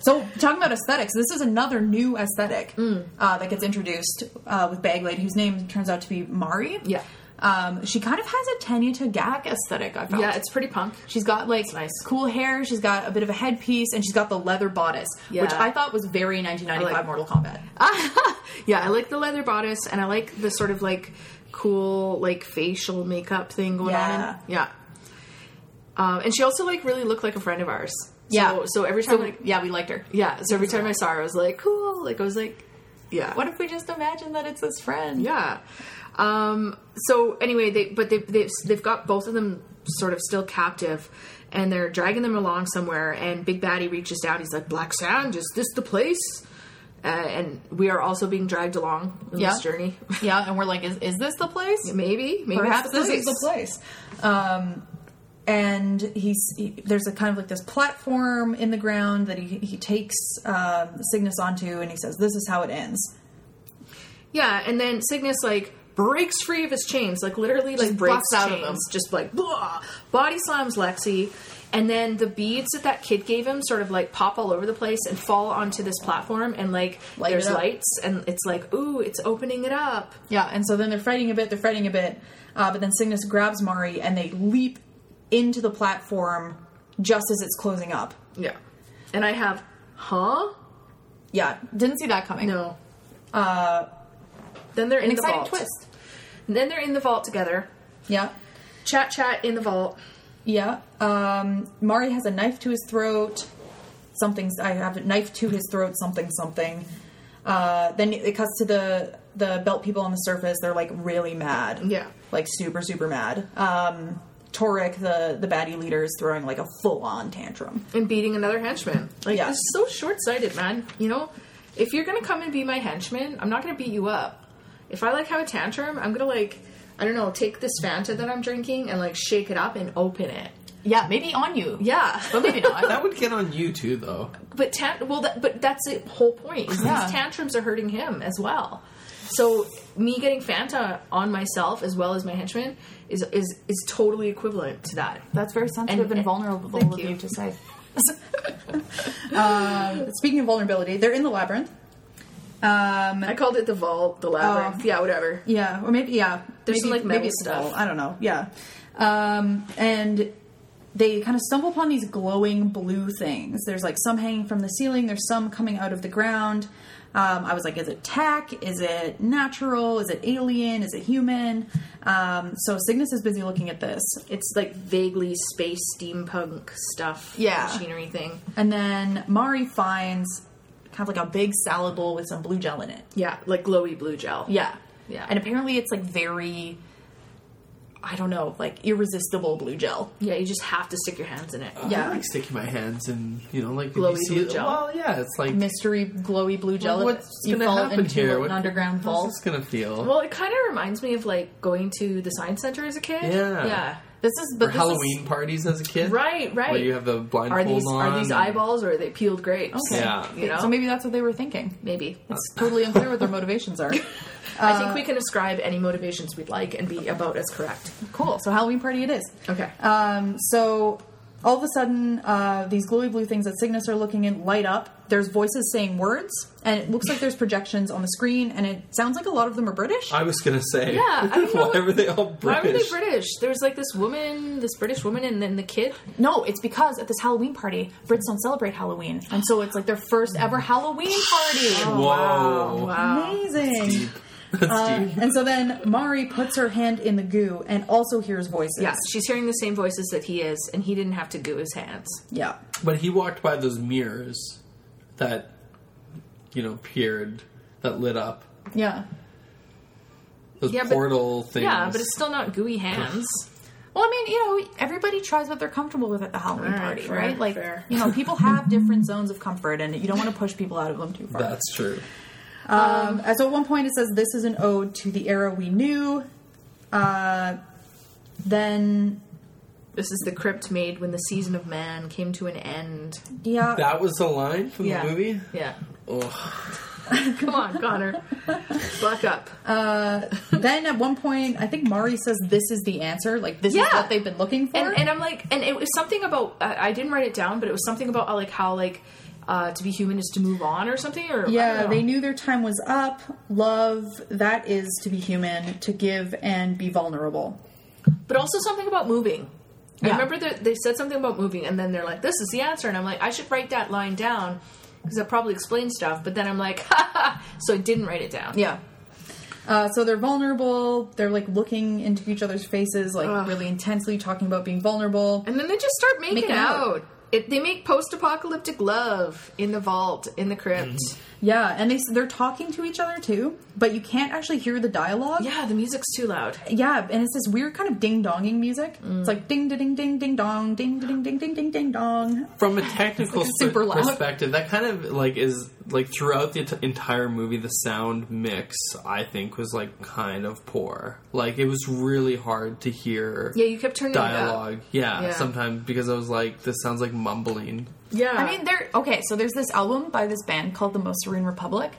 [SPEAKER 2] So talking about aesthetics, this is another new aesthetic
[SPEAKER 1] Mm.
[SPEAKER 2] uh, that gets introduced uh, with Bag Lady, whose name turns out to be Mari.
[SPEAKER 1] Yeah.
[SPEAKER 2] Um, she kind of has a Tanya Tagak aesthetic. I felt.
[SPEAKER 1] Yeah, it's pretty punk.
[SPEAKER 2] She's got like
[SPEAKER 1] nice.
[SPEAKER 2] cool hair. She's got a bit of a headpiece, and she's got the leather bodice,
[SPEAKER 1] Yeah.
[SPEAKER 2] which I thought was very 1995
[SPEAKER 1] I like-
[SPEAKER 2] Mortal Kombat.
[SPEAKER 1] (laughs) Yeah, I like the leather bodice, and I like the sort of like cool like facial makeup thing going
[SPEAKER 2] Yeah.
[SPEAKER 1] on. Yeah. Um, and she also like really looked like a friend of ours. So, so every time,
[SPEAKER 2] So,
[SPEAKER 1] like,
[SPEAKER 2] yeah, we liked her.
[SPEAKER 1] yeah. So every time I saw her, I was like, cool. Like I was like, yeah.
[SPEAKER 2] What if we just imagine that it's his friend?
[SPEAKER 1] Yeah. Um, so anyway, they but they they've, they've got both of them sort of still captive, and they're dragging them along somewhere. And Big Baddie reaches down. He's like, "Black Sand, is this the place?" Uh, and we are also being dragged along in
[SPEAKER 2] Yeah.
[SPEAKER 1] this journey.
[SPEAKER 2] Yeah, and we're like, is, is this the
[SPEAKER 1] (laughs)
[SPEAKER 2] place?
[SPEAKER 1] maybe, maybe
[SPEAKER 2] Perhaps
[SPEAKER 1] it's the
[SPEAKER 2] this
[SPEAKER 1] place.
[SPEAKER 2] is the place. Um, and he's he, there's a kind of like this platform in the ground that he he takes um, Cygnus onto, and he says, "This is how it ends."
[SPEAKER 1] Yeah, and then Cygnus like breaks free of his chains, like literally like
[SPEAKER 2] Just
[SPEAKER 1] breaks
[SPEAKER 2] busts
[SPEAKER 1] out of them, just like blah, body slams Lexi, and then the beads that that kid gave him sort of like pop all over the place and fall onto this platform, and like
[SPEAKER 2] Light
[SPEAKER 1] there's
[SPEAKER 2] it up.
[SPEAKER 1] lights, and it's like ooh, it's opening it up.
[SPEAKER 2] Yeah, and so then they're fighting a bit, they're fighting a bit, uh, but then Cygnus grabs Mari and they leap into the platform just as it's closing up.
[SPEAKER 1] Yeah. And I have, huh?
[SPEAKER 2] Yeah, didn't see that coming.
[SPEAKER 1] No. Uh, then they're
[SPEAKER 2] Uh,
[SPEAKER 1] in
[SPEAKER 2] An
[SPEAKER 1] the
[SPEAKER 2] exciting
[SPEAKER 1] vault.
[SPEAKER 2] twist.
[SPEAKER 1] Then they're in the vault together.
[SPEAKER 2] Yeah.
[SPEAKER 1] Chat, chat in the vault.
[SPEAKER 2] Yeah. Um, Mari has a knife to his throat. Something's I have a knife to his throat. Something. Something. Uh, then it cuts to the the belt people on the surface. They're like really mad.
[SPEAKER 1] Yeah.
[SPEAKER 2] Like super super mad. Um, Torek, the the baddie leader, is throwing like a full on tantrum.
[SPEAKER 1] and beating another henchman. Like
[SPEAKER 2] Yeah.
[SPEAKER 1] this is so short sighted, man. You know, if you're gonna come and be my henchman, I'm not gonna beat you up. If I like have a tantrum, I'm gonna like I don't know, take this Fanta that I'm drinking and like shake it up and open it.
[SPEAKER 2] Yeah, maybe on you. Yeah,
[SPEAKER 1] Yeah,
[SPEAKER 2] (laughs) but
[SPEAKER 1] (laughs)
[SPEAKER 2] maybe not.
[SPEAKER 3] That would get on you too, though.
[SPEAKER 1] but tan- well, that, but that's the whole point. Is
[SPEAKER 2] Yeah.
[SPEAKER 1] These tantrums are hurting him as well. So me getting Fanta on myself as well as my henchman is is is totally equivalent to that.
[SPEAKER 2] That's very sensitive and,
[SPEAKER 1] and-
[SPEAKER 2] vulnerable
[SPEAKER 1] thank
[SPEAKER 2] of
[SPEAKER 1] you.
[SPEAKER 2] you to say. um, speaking of vulnerability, they're in the labyrinth. Um,
[SPEAKER 1] I called it the vault, the
[SPEAKER 2] Oh.
[SPEAKER 1] labyrinth. yeah, whatever.
[SPEAKER 2] Yeah, or maybe yeah.
[SPEAKER 1] There's some,
[SPEAKER 2] maybe,
[SPEAKER 1] like, metal
[SPEAKER 2] maybe it's
[SPEAKER 1] stuff.
[SPEAKER 2] metal. I don't know. Yeah, um, and they kind of stumble upon these glowing blue things. There's like some hanging from the ceiling. There's some coming out of the ground. Um, I was like, is it tech? Is it natural? Is it alien? Is it human? Um, so Cygnus is busy looking at this,
[SPEAKER 1] It's like vaguely space steampunk stuff,
[SPEAKER 2] Yeah.
[SPEAKER 1] machinery thing.
[SPEAKER 2] and then Mari finds kind of like a big salad bowl with some blue gel in it.
[SPEAKER 1] Yeah, like glowy blue gel.
[SPEAKER 2] Yeah.
[SPEAKER 1] Yeah.
[SPEAKER 2] And apparently it's like very I don't know, like irresistible blue gel.
[SPEAKER 1] yeah. You just have to stick your hands in it.
[SPEAKER 2] Yeah.
[SPEAKER 3] I like sticking my hands and you know, like if
[SPEAKER 1] Glowy
[SPEAKER 3] you see
[SPEAKER 1] blue
[SPEAKER 3] it-
[SPEAKER 1] gel.
[SPEAKER 3] Well, yeah, it's like
[SPEAKER 2] mystery glowy blue gel.
[SPEAKER 3] what's
[SPEAKER 2] you
[SPEAKER 3] gonna
[SPEAKER 2] fall
[SPEAKER 3] happen
[SPEAKER 2] into
[SPEAKER 3] here?
[SPEAKER 2] an
[SPEAKER 3] What-
[SPEAKER 2] underground
[SPEAKER 3] How's
[SPEAKER 2] vault.
[SPEAKER 3] this gonna feel?
[SPEAKER 1] Well, it kind of reminds me of like going to the science center as a kid.
[SPEAKER 3] Yeah.
[SPEAKER 1] Yeah.
[SPEAKER 2] This is
[SPEAKER 3] Or
[SPEAKER 2] but this is-
[SPEAKER 3] Halloween parties as a kid,
[SPEAKER 1] Right. Right.
[SPEAKER 3] Where you have the blindfold
[SPEAKER 1] are these
[SPEAKER 3] on.
[SPEAKER 1] are these
[SPEAKER 3] and-
[SPEAKER 1] eyeballs or are they peeled grapes?
[SPEAKER 2] Okay.
[SPEAKER 3] Yeah.
[SPEAKER 1] You know.
[SPEAKER 2] So maybe that's what they were thinking.
[SPEAKER 1] maybe.
[SPEAKER 2] It's totally unclear what their motivations (laughs) are.
[SPEAKER 1] I
[SPEAKER 2] Uh,
[SPEAKER 1] think we can ascribe any motivations we'd like and be about as correct. Uh,
[SPEAKER 2] Cool. So Halloween party it is.
[SPEAKER 1] Okay.
[SPEAKER 2] Um, so all of a sudden, uh, these glowy blue things that Cygnus are looking in light up. There's voices saying words, and it looks like there's projections on the screen, and it sounds like a lot of them are British.
[SPEAKER 3] I was gonna say,
[SPEAKER 1] Yeah, I don't know
[SPEAKER 3] why
[SPEAKER 1] what-
[SPEAKER 3] were they all British?
[SPEAKER 1] Why were they British? There was like this woman, this British woman, and then the kid.
[SPEAKER 2] No, Oh, it's because at this Halloween party, Brits don't celebrate Halloween, and so it's like their first ever Halloween party.
[SPEAKER 3] Whoa,
[SPEAKER 1] Oh,
[SPEAKER 3] (laughs)
[SPEAKER 2] Amazing.
[SPEAKER 3] that's
[SPEAKER 1] Uh,
[SPEAKER 3] deep.
[SPEAKER 2] (laughs) And so then Mari puts her hand in the goo and also hears voices.
[SPEAKER 1] Yeah, she's hearing the same voices that he is, and he didn't have to goo his hands.
[SPEAKER 2] Yeah.
[SPEAKER 3] But he walked by those mirrors that you know peered that lit up
[SPEAKER 2] Yeah.
[SPEAKER 3] those
[SPEAKER 1] Yeah, but-
[SPEAKER 3] portal things.
[SPEAKER 1] Yeah, but it's still not gooey hands.
[SPEAKER 2] Well, I mean, you know, everybody tries what they're comfortable with at the Halloween
[SPEAKER 1] All right,
[SPEAKER 2] party,
[SPEAKER 1] fair,
[SPEAKER 2] right? Like,
[SPEAKER 1] fair.
[SPEAKER 2] you know, people have different zones of comfort, and you don't want to push people out of them too far.
[SPEAKER 3] that's true.
[SPEAKER 2] Um, so at one point it says, "This is an ode to the era we knew." Uh, then,
[SPEAKER 1] (laughs) This is the crypt made when the season of man came to an end.
[SPEAKER 2] yeah,
[SPEAKER 3] That was the line from
[SPEAKER 1] Yeah.
[SPEAKER 3] the movie.
[SPEAKER 1] Yeah.
[SPEAKER 3] Ugh.
[SPEAKER 1] Come on, (laughs) Connor. Buck up.
[SPEAKER 2] (laughs) then at one point I think Mari says, "This is the answer." Like, this is
[SPEAKER 1] Yeah.
[SPEAKER 2] what they've been looking for.
[SPEAKER 1] and, and I'm like, and it was something about, I, I didn't write it down, but it was something about uh, like how like uh, to be human is to move on or something. Or I don't
[SPEAKER 2] Yeah,
[SPEAKER 1] know.
[SPEAKER 2] they knew their time was up. Love, that is to be human, to give and be vulnerable.
[SPEAKER 1] But also something about moving.
[SPEAKER 2] Yeah.
[SPEAKER 1] I remember that they said something about moving, and then they're like, "This is the answer," and I'm like, "I should write that line down." Because that probably explains stuff, but then I'm like, (laughs) ha ha, so I didn't write it down.
[SPEAKER 2] Yeah. Uh, so they're vulnerable. They're like looking into each other's faces, like really intensely, talking about being vulnerable.
[SPEAKER 1] And then they just start making,
[SPEAKER 2] Making out.
[SPEAKER 1] out. It, they make post-apocalyptic love in the vault, in the crypt.
[SPEAKER 3] Mm-hmm.
[SPEAKER 2] Yeah, and they they're talking to each other too, but you can't actually hear the dialogue.
[SPEAKER 1] Yeah, the music's too loud.
[SPEAKER 2] Yeah, and it's this weird kind of ding donging music.
[SPEAKER 1] Mm.
[SPEAKER 2] It's like ding ding ding ding dong, ding ding ding ding ding ding dong.
[SPEAKER 1] (laughs)
[SPEAKER 3] From a technical
[SPEAKER 2] It's super
[SPEAKER 3] per-
[SPEAKER 2] loud.
[SPEAKER 3] perspective, that kind of like is like throughout the ent- entire movie, the sound mix I think was like kind of poor. Like it was really hard to hear.
[SPEAKER 1] Yeah, you kept turning it up.
[SPEAKER 3] dialogue. Yeah,
[SPEAKER 1] Yeah.
[SPEAKER 3] sometimes because I was like, this sounds like mumbling.
[SPEAKER 1] Yeah,
[SPEAKER 2] I mean, there. Okay, so there's this album by this band called the Most Serene Republic,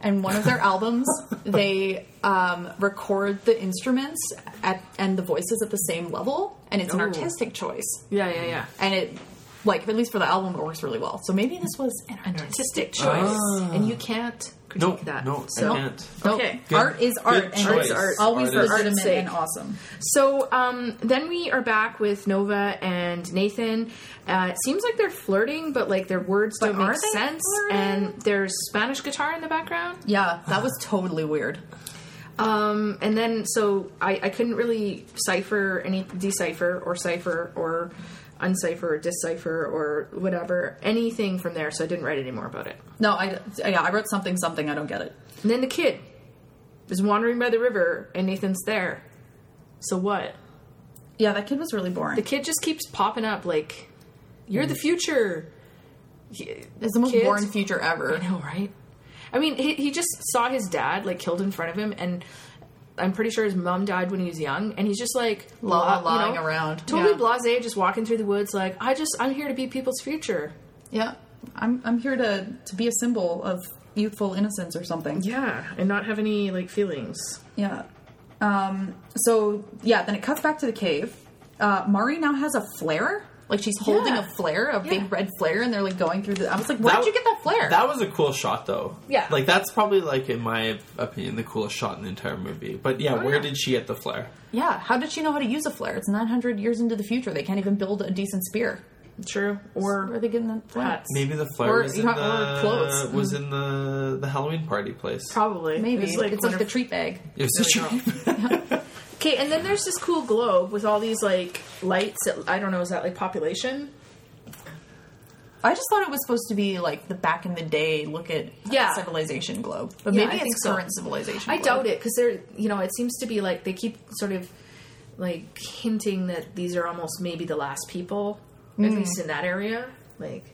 [SPEAKER 2] and one of their albums, they um, record the instruments at and the voices at the same level, and it's an
[SPEAKER 1] Oh.
[SPEAKER 2] artistic choice.
[SPEAKER 1] yeah, yeah, yeah.
[SPEAKER 2] And it, like, at least for the album, it works really well. So maybe this was an
[SPEAKER 1] An artistic
[SPEAKER 2] artistic.
[SPEAKER 1] choice, and you can't critique
[SPEAKER 3] No,
[SPEAKER 1] that.
[SPEAKER 3] no,
[SPEAKER 1] so
[SPEAKER 3] Ah. I can't.
[SPEAKER 1] okay.
[SPEAKER 3] Good-
[SPEAKER 2] Art is
[SPEAKER 3] good
[SPEAKER 2] art, and
[SPEAKER 3] choice.
[SPEAKER 2] it's always
[SPEAKER 3] Art is-
[SPEAKER 2] legitimate
[SPEAKER 1] sake.
[SPEAKER 2] and awesome.
[SPEAKER 1] So um, then we are back with Nova and Nathan. Uh, it seems like they're flirting, but like their words
[SPEAKER 2] But
[SPEAKER 1] don't
[SPEAKER 2] are
[SPEAKER 1] make
[SPEAKER 2] they
[SPEAKER 1] sense.
[SPEAKER 2] flirting?
[SPEAKER 1] And there's Spanish guitar in the background.
[SPEAKER 2] Yeah, that was totally weird.
[SPEAKER 1] Um, and then so I, I couldn't really cipher any decipher or cipher or uncipher or decipher or whatever anything from there. So I didn't write any more about it.
[SPEAKER 2] No, I yeah, I wrote something something. I don't get it.
[SPEAKER 1] And then the kid is wandering by the river, and Nathan's there. So what?
[SPEAKER 2] Yeah, that kid was really boring.
[SPEAKER 1] The kid just keeps popping up like, "You're the future." He-
[SPEAKER 2] It's the most
[SPEAKER 1] kids-
[SPEAKER 2] boring future ever.
[SPEAKER 1] I (laughs) know, right? I mean, he, he just saw his dad like killed in front of him, and I'm pretty sure his mom died when he was young, and he's just like
[SPEAKER 2] La-
[SPEAKER 1] bla-
[SPEAKER 2] lying around,
[SPEAKER 1] totally
[SPEAKER 2] yeah.
[SPEAKER 1] blasé, just walking through the woods, like I just I'm here to be people's future.
[SPEAKER 2] Yeah, I'm I'm here to to be a symbol of youthful innocence or something.
[SPEAKER 1] Yeah, and not have any like feelings.
[SPEAKER 2] Yeah. Um, so yeah, then it cuts back to the cave. Uh, Mari now has a flare. Like she's holding
[SPEAKER 1] Yeah.
[SPEAKER 2] a flare, a
[SPEAKER 1] Yeah.
[SPEAKER 2] big red flare, and they're like going through the. I was like, where did you get that flare?
[SPEAKER 3] That was a cool shot, though.
[SPEAKER 1] Yeah.
[SPEAKER 3] like that's probably like in my opinion the coolest shot in the entire movie. But
[SPEAKER 2] Oh,
[SPEAKER 3] yeah, where
[SPEAKER 1] yeah.
[SPEAKER 3] did she get the flare?
[SPEAKER 2] yeah. How did she know how to use a flare? It's 900 years into the future. They can't even build a decent spear.
[SPEAKER 1] True,
[SPEAKER 2] Where are
[SPEAKER 1] or
[SPEAKER 2] they getting that flare?
[SPEAKER 1] Hats.
[SPEAKER 3] Maybe the flare
[SPEAKER 2] Or-
[SPEAKER 3] was in
[SPEAKER 2] or
[SPEAKER 3] the
[SPEAKER 2] clothes. Mm-hmm.
[SPEAKER 3] was in the the Halloween party place.
[SPEAKER 1] probably
[SPEAKER 2] Maybe
[SPEAKER 1] It's
[SPEAKER 2] it's like,
[SPEAKER 1] one
[SPEAKER 2] the
[SPEAKER 1] of-
[SPEAKER 2] treat bag.
[SPEAKER 3] It was such a- (laughs)
[SPEAKER 1] okay, and then there's this cool globe with all these like lights. That, I don't know, is that like population?
[SPEAKER 2] I just thought it was supposed to be like the back in the day look at
[SPEAKER 1] Yeah.
[SPEAKER 2] civilization globe, but
[SPEAKER 1] Yeah, I
[SPEAKER 2] maybe
[SPEAKER 1] think
[SPEAKER 2] it's
[SPEAKER 1] so.
[SPEAKER 2] current civilization.
[SPEAKER 1] I
[SPEAKER 2] globe.
[SPEAKER 1] doubt it because they're you know it seems to be like they keep sort of like hinting that these are almost maybe the last people
[SPEAKER 2] Mm.
[SPEAKER 1] at least in that area. Like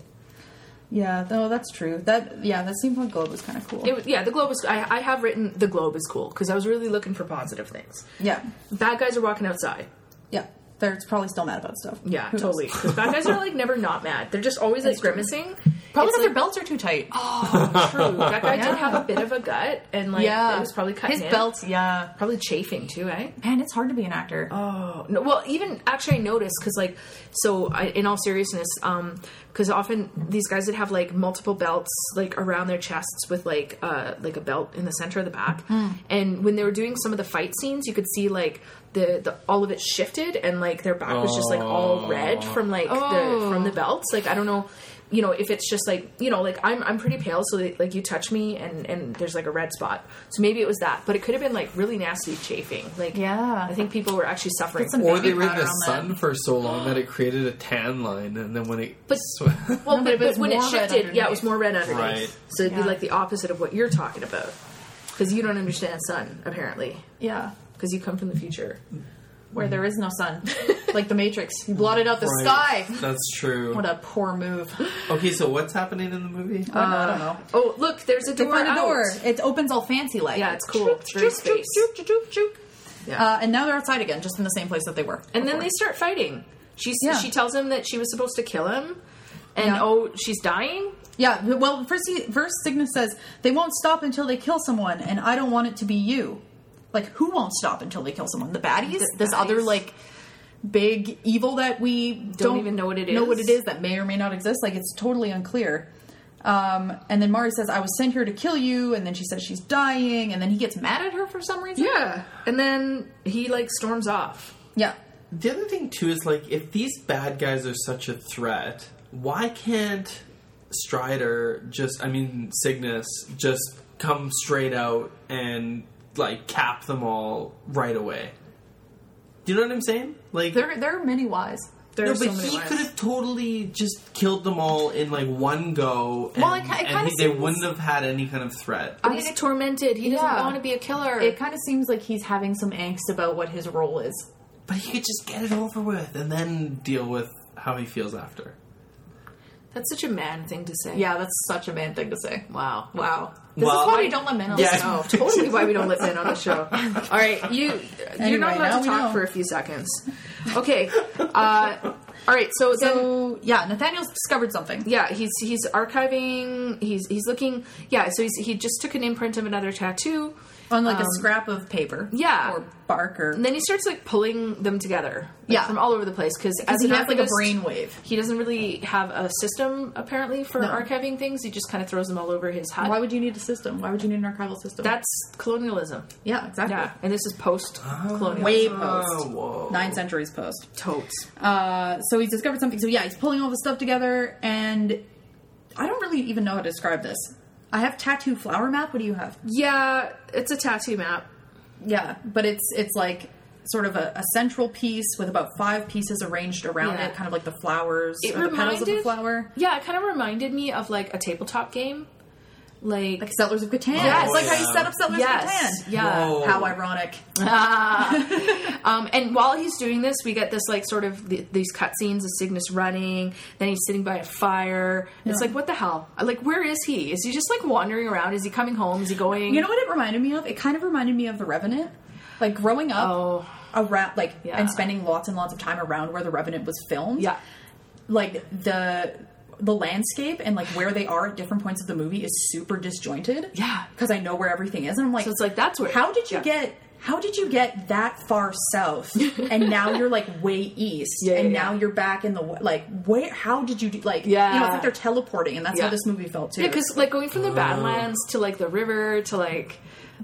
[SPEAKER 2] Yeah, no, that's true. That yeah, that seemed like globe was kind of cool.
[SPEAKER 1] it, was- yeah, the globe is. I, I have written the globe is cool because I was really looking for positive things.
[SPEAKER 2] yeah,
[SPEAKER 1] Bad guys are walking outside.
[SPEAKER 2] yeah, they're probably still mad about stuff.
[SPEAKER 1] Yeah,
[SPEAKER 2] Who knows? (laughs)
[SPEAKER 1] totally. 'Cause bad guys are like never not mad. They're just always like grimacing.
[SPEAKER 2] Probably
[SPEAKER 1] It's,
[SPEAKER 2] because their belts are too (laughs) tight. Oh,
[SPEAKER 1] like, true. That guy
[SPEAKER 2] Yeah.
[SPEAKER 1] did have a bit of a gut and like it was probably cutting
[SPEAKER 2] his
[SPEAKER 1] in.
[SPEAKER 2] belts. Yeah,
[SPEAKER 1] probably chafing too, eh?
[SPEAKER 2] man, it's hard to be an actor.
[SPEAKER 1] Oh no! Well, even actually, I noticed because, like, so I, in all seriousness, because often these guys that have like multiple belts like around their chests with like uh like a belt in the center of the back, and when they were doing some of the fight scenes, you could see like the, the all of it shifted and like their back was just like all red from like the from the belts. Like I don't know. You know, if it's just like you know, like I'm I'm pretty pale, so like like, you touch me and and there's like a red spot. So maybe it was that, but it could have been like really nasty chafing. Like
[SPEAKER 2] Yeah.
[SPEAKER 1] I think people were actually suffering.
[SPEAKER 2] some
[SPEAKER 3] or
[SPEAKER 2] baby
[SPEAKER 3] they were in
[SPEAKER 2] powder
[SPEAKER 3] the
[SPEAKER 2] on
[SPEAKER 3] sun
[SPEAKER 2] that.
[SPEAKER 3] for so long that
[SPEAKER 2] (gasps)
[SPEAKER 3] it created a tan line, and then when it (laughs)
[SPEAKER 1] But-
[SPEAKER 3] sw-
[SPEAKER 1] Well, but,
[SPEAKER 2] No, but it
[SPEAKER 1] but
[SPEAKER 2] was
[SPEAKER 1] when it
[SPEAKER 2] more red
[SPEAKER 1] shifted, yeah, it was
[SPEAKER 2] underneath.
[SPEAKER 1] more red underneath.
[SPEAKER 3] Right.
[SPEAKER 1] So it'd
[SPEAKER 2] Yeah.
[SPEAKER 1] be like the opposite of what you're talking about, because you don't understand sun apparently,
[SPEAKER 2] yeah,
[SPEAKER 1] because you come from the future.
[SPEAKER 2] where there is no (laughs) sun, like the Matrix. He blotted out the
[SPEAKER 3] Right.
[SPEAKER 2] sky. (laughs)
[SPEAKER 3] That's true.
[SPEAKER 2] What a poor move.
[SPEAKER 3] Okay, so what's happening in the movie?
[SPEAKER 2] I don't know.
[SPEAKER 1] Oh, look, there's a
[SPEAKER 2] They
[SPEAKER 1] door.
[SPEAKER 2] find a
[SPEAKER 1] out.
[SPEAKER 2] door. It opens all fancy like.
[SPEAKER 1] Yeah, it's cool. It's very space. Yeah.
[SPEAKER 2] Uh, and now they're outside again, just in the same place that they were.
[SPEAKER 1] and then
[SPEAKER 2] before.
[SPEAKER 1] they start fighting. She s
[SPEAKER 2] Yeah.
[SPEAKER 1] she tells him that she was supposed to kill him, and
[SPEAKER 2] Yeah.
[SPEAKER 1] oh, she's dying.
[SPEAKER 2] Yeah, well, first, he, first Cygnus says, they won't stop until they kill someone, and I don't want it to be you. Like, who won't stop until they kill someone? The baddies?
[SPEAKER 1] The
[SPEAKER 2] this other,
[SPEAKER 1] baddies.
[SPEAKER 2] like, big evil that we don't,
[SPEAKER 1] even know what it
[SPEAKER 2] Know
[SPEAKER 1] is.
[SPEAKER 2] what it is that may or may not exist. Like, it's totally unclear. Um, and then Mari says, I was sent here to kill you, and then she says she's dying, and then he gets mad at her for some reason.
[SPEAKER 1] Yeah, and then he like storms off.
[SPEAKER 2] Yeah.
[SPEAKER 3] The other thing too is like if these bad guys are such a threat, why can't Strider just I mean Cygnus just come straight out and like cap them all right away? Do you know what I'm saying? Like
[SPEAKER 2] There, there are many whys.
[SPEAKER 1] There
[SPEAKER 3] no,
[SPEAKER 1] are so
[SPEAKER 3] but
[SPEAKER 1] many
[SPEAKER 3] he
[SPEAKER 1] lives.
[SPEAKER 3] could have totally just killed them all in like one go, and,
[SPEAKER 2] Well, it ki- it
[SPEAKER 3] and
[SPEAKER 2] kinda
[SPEAKER 3] he, they
[SPEAKER 2] seems-
[SPEAKER 3] wouldn't have had any kind of threat.
[SPEAKER 1] But he's tormented. He doesn't
[SPEAKER 2] Yeah.
[SPEAKER 1] want to be a killer.
[SPEAKER 2] It kind of seems like he's having some angst about what his role is.
[SPEAKER 3] But he could just get it over with and then deal with how he feels after.
[SPEAKER 1] That's such a man thing to say.
[SPEAKER 2] Yeah, that's such a man thing to say.
[SPEAKER 1] Wow.
[SPEAKER 2] Wow. This
[SPEAKER 3] Well-
[SPEAKER 2] is why we don't let men on
[SPEAKER 3] Yeah.
[SPEAKER 2] the show.
[SPEAKER 1] (laughs) totally why we don't let men on the show. (laughs) All right, you you're
[SPEAKER 2] Anyway,
[SPEAKER 1] not allowed
[SPEAKER 2] now
[SPEAKER 1] to
[SPEAKER 2] we
[SPEAKER 1] talk
[SPEAKER 2] know.
[SPEAKER 1] for a few seconds. Okay, uh, All right, so, then
[SPEAKER 2] So yeah, Nathaniel's discovered something.
[SPEAKER 1] yeah, he's he's archiving. He's he's looking. Yeah, so he's he just took an imprint of another tattoo.
[SPEAKER 2] on like a scrap of paper,
[SPEAKER 1] yeah.
[SPEAKER 2] or bark, or
[SPEAKER 1] And then he starts like pulling them together, like,
[SPEAKER 2] Yeah.
[SPEAKER 1] from all over the place. Because as
[SPEAKER 2] he
[SPEAKER 1] an
[SPEAKER 2] has like a
[SPEAKER 1] archivist,
[SPEAKER 2] brain wave.
[SPEAKER 1] he doesn't really have a system apparently for archiving things. He just kind of throws them all over his head.
[SPEAKER 2] Why would you need a system? Why would you need an archival system?
[SPEAKER 1] That's colonialism.
[SPEAKER 2] yeah, exactly.
[SPEAKER 1] Yeah, and this is post-colonial.
[SPEAKER 2] Way
[SPEAKER 3] Oh,
[SPEAKER 2] post,
[SPEAKER 3] whoa.
[SPEAKER 2] nine centuries post.
[SPEAKER 1] totes.
[SPEAKER 2] Uh, so he's discovered something. So yeah, he's pulling all the stuff together, and I don't really even know how to describe this. I have tattoo flower map. What do you have?
[SPEAKER 1] Yeah, it's a tattoo map.
[SPEAKER 2] Yeah, but it's it's like sort of a, a central piece with about five pieces arranged around
[SPEAKER 1] Yeah.
[SPEAKER 2] it, kind of like the flowers or the petals of the flower,
[SPEAKER 1] Yeah, it kind of reminded me of like a tabletop game, like,
[SPEAKER 2] like Settlers of Catan.
[SPEAKER 1] Yes.
[SPEAKER 2] it's like how
[SPEAKER 3] Yeah.
[SPEAKER 2] you set up Settlers
[SPEAKER 1] yes,
[SPEAKER 2] of Catan.
[SPEAKER 1] yeah.
[SPEAKER 3] Whoa.
[SPEAKER 2] How ironic.
[SPEAKER 1] Um, and while he's doing this, we get this like sort of th- these cutscenes of Cygnus running. Then he's sitting by a fire. It's
[SPEAKER 2] Yeah.
[SPEAKER 1] like what the hell? Like where is he? Is he just like wandering around? Is he coming home? Is he going?
[SPEAKER 2] You know what it reminded me of? It kind of reminded me of The Revenant. Like growing up
[SPEAKER 1] Oh.
[SPEAKER 2] around, like,
[SPEAKER 1] Yeah.
[SPEAKER 2] and spending lots and lots of time around where The Revenant was filmed.
[SPEAKER 1] Yeah.
[SPEAKER 2] Like the the landscape and like where they are at different points of the movie is super disjointed.
[SPEAKER 1] Yeah.
[SPEAKER 2] because I know where everything is, and I'm like,
[SPEAKER 1] So it's like, that's where-
[SPEAKER 2] How did you
[SPEAKER 1] yeah.
[SPEAKER 2] get? How did you get that far south,
[SPEAKER 1] (laughs)
[SPEAKER 2] and now you're like way east,
[SPEAKER 1] Yeah, yeah,
[SPEAKER 2] and
[SPEAKER 1] yeah.
[SPEAKER 2] now you're back in the w- like where? How did you do? Like, you know,
[SPEAKER 1] Yeah.
[SPEAKER 2] it's like they're teleporting, and that's
[SPEAKER 1] Yeah.
[SPEAKER 2] how this movie felt too.
[SPEAKER 1] Yeah, because like going from the Badlands to like the river to like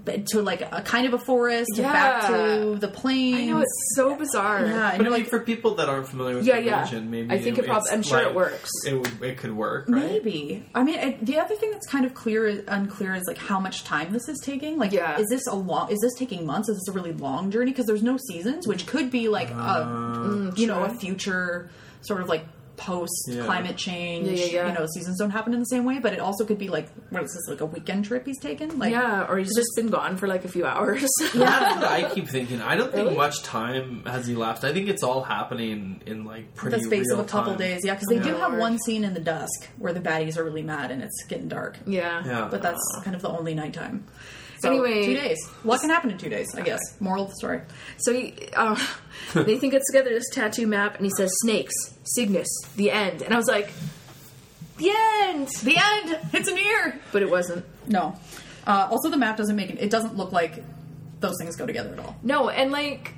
[SPEAKER 2] But to like a kind of a forest, and
[SPEAKER 1] Yeah.
[SPEAKER 2] back to the plains.
[SPEAKER 1] I know it's so bizarre.
[SPEAKER 2] yeah, and
[SPEAKER 3] But
[SPEAKER 2] you're
[SPEAKER 3] like
[SPEAKER 2] like
[SPEAKER 3] for people that aren't familiar with
[SPEAKER 1] Yeah,
[SPEAKER 3] the
[SPEAKER 1] yeah.
[SPEAKER 3] religion, maybe
[SPEAKER 1] I think it prob-
[SPEAKER 3] it's
[SPEAKER 1] I'm sure it
[SPEAKER 3] like-
[SPEAKER 1] works.
[SPEAKER 3] It, would- it could work, right? (laughs)
[SPEAKER 2] Maybe. I mean, I, the other thing that's kind of clear is, unclear is like how much time this is taking. Like,
[SPEAKER 1] Yeah.
[SPEAKER 2] is this a long? Is this taking months? Is this a really long journey? Because there's no seasons, which could be like a you know a future sort of like post climate change.
[SPEAKER 1] Yeah, yeah, yeah.
[SPEAKER 2] You know, seasons don't happen in the same way, but it also could be like what is this like a weekend trip he's taken? Like,
[SPEAKER 1] yeah, or he's just been gone for like a few hours.
[SPEAKER 3] That's what I keep thinking. I don't think much time has elapsed. I think it's all happening in like pretty
[SPEAKER 2] The space of
[SPEAKER 3] real
[SPEAKER 2] a couple
[SPEAKER 3] time.
[SPEAKER 2] days, yeah, because they do have
[SPEAKER 1] Lord.
[SPEAKER 2] one scene in the dusk where the baddies are really mad and it's getting dark.
[SPEAKER 1] (laughs) yeah.
[SPEAKER 3] Yeah.
[SPEAKER 2] but that's kind of the only nighttime. So,
[SPEAKER 1] Anyway-
[SPEAKER 2] two days. What can happen in two days? I guess. Moral of the story.
[SPEAKER 1] So he,
[SPEAKER 2] (laughs)
[SPEAKER 1] um, Nathan gets together this tattoo map and he says, "Snakes, Cygnus, the end." And I was like, "The end."
[SPEAKER 2] The end. It's an ear.
[SPEAKER 1] But it wasn't.
[SPEAKER 2] No. Uh, also, the map doesn't make it. It doesn't look like those things go together at all.
[SPEAKER 1] No, and like,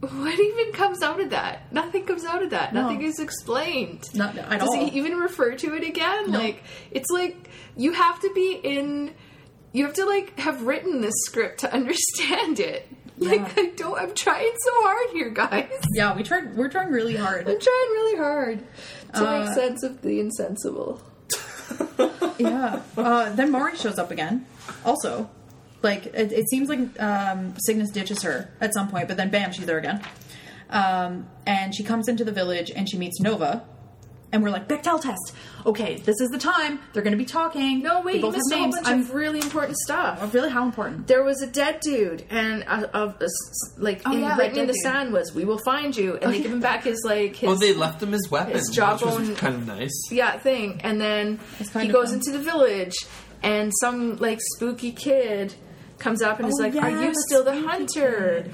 [SPEAKER 1] what even comes out of that? Nothing comes out of that.
[SPEAKER 2] No.
[SPEAKER 1] Nothing is explained.
[SPEAKER 2] Not at
[SPEAKER 1] Does
[SPEAKER 2] all.
[SPEAKER 1] he even refer to it again?
[SPEAKER 2] No.
[SPEAKER 1] Like, it's like you have to be in. You have to like have written this script to (laughs) understand it.
[SPEAKER 2] Yeah.
[SPEAKER 1] Like I don't. I'm trying so hard here, guys.
[SPEAKER 2] Yeah, we tried. We're trying really hard.
[SPEAKER 1] I'm trying really hard to
[SPEAKER 2] Uh,
[SPEAKER 1] make sense of the insensible.
[SPEAKER 2] yeah. Uh, then Mari shows up again. Also, like it, it seems like um, Cygnus ditches her at some point, but then bam, she's there again. Um, and she comes into the village and she meets Nova. And we're like Bechtel test. Okay, this is the time. They're going to be talking.
[SPEAKER 1] No, wait,
[SPEAKER 2] They
[SPEAKER 1] you
[SPEAKER 2] both
[SPEAKER 1] missed a
[SPEAKER 2] have
[SPEAKER 1] whole
[SPEAKER 2] names.
[SPEAKER 1] bunch
[SPEAKER 2] I'm
[SPEAKER 1] of really important stuff.
[SPEAKER 2] really how important.
[SPEAKER 1] There was a dead dude, and a, of a s like in-
[SPEAKER 2] Oh, yeah, that
[SPEAKER 1] written in
[SPEAKER 2] dead
[SPEAKER 1] the
[SPEAKER 2] dude. Oh,
[SPEAKER 1] sand was, "We will find you," and they give him back his like his
[SPEAKER 3] Oh, they left them as weapons,
[SPEAKER 1] His
[SPEAKER 3] which
[SPEAKER 1] jawbone-
[SPEAKER 3] was kind of nice.
[SPEAKER 1] yeah thing, and then
[SPEAKER 2] It's kind
[SPEAKER 1] he
[SPEAKER 2] of
[SPEAKER 1] goes
[SPEAKER 2] fun.
[SPEAKER 1] into the village, and some like spooky kid comes up and is
[SPEAKER 2] Oh,
[SPEAKER 1] like,
[SPEAKER 2] yeah,
[SPEAKER 1] "Are you
[SPEAKER 2] the
[SPEAKER 1] still the
[SPEAKER 2] spooky
[SPEAKER 1] hunter?"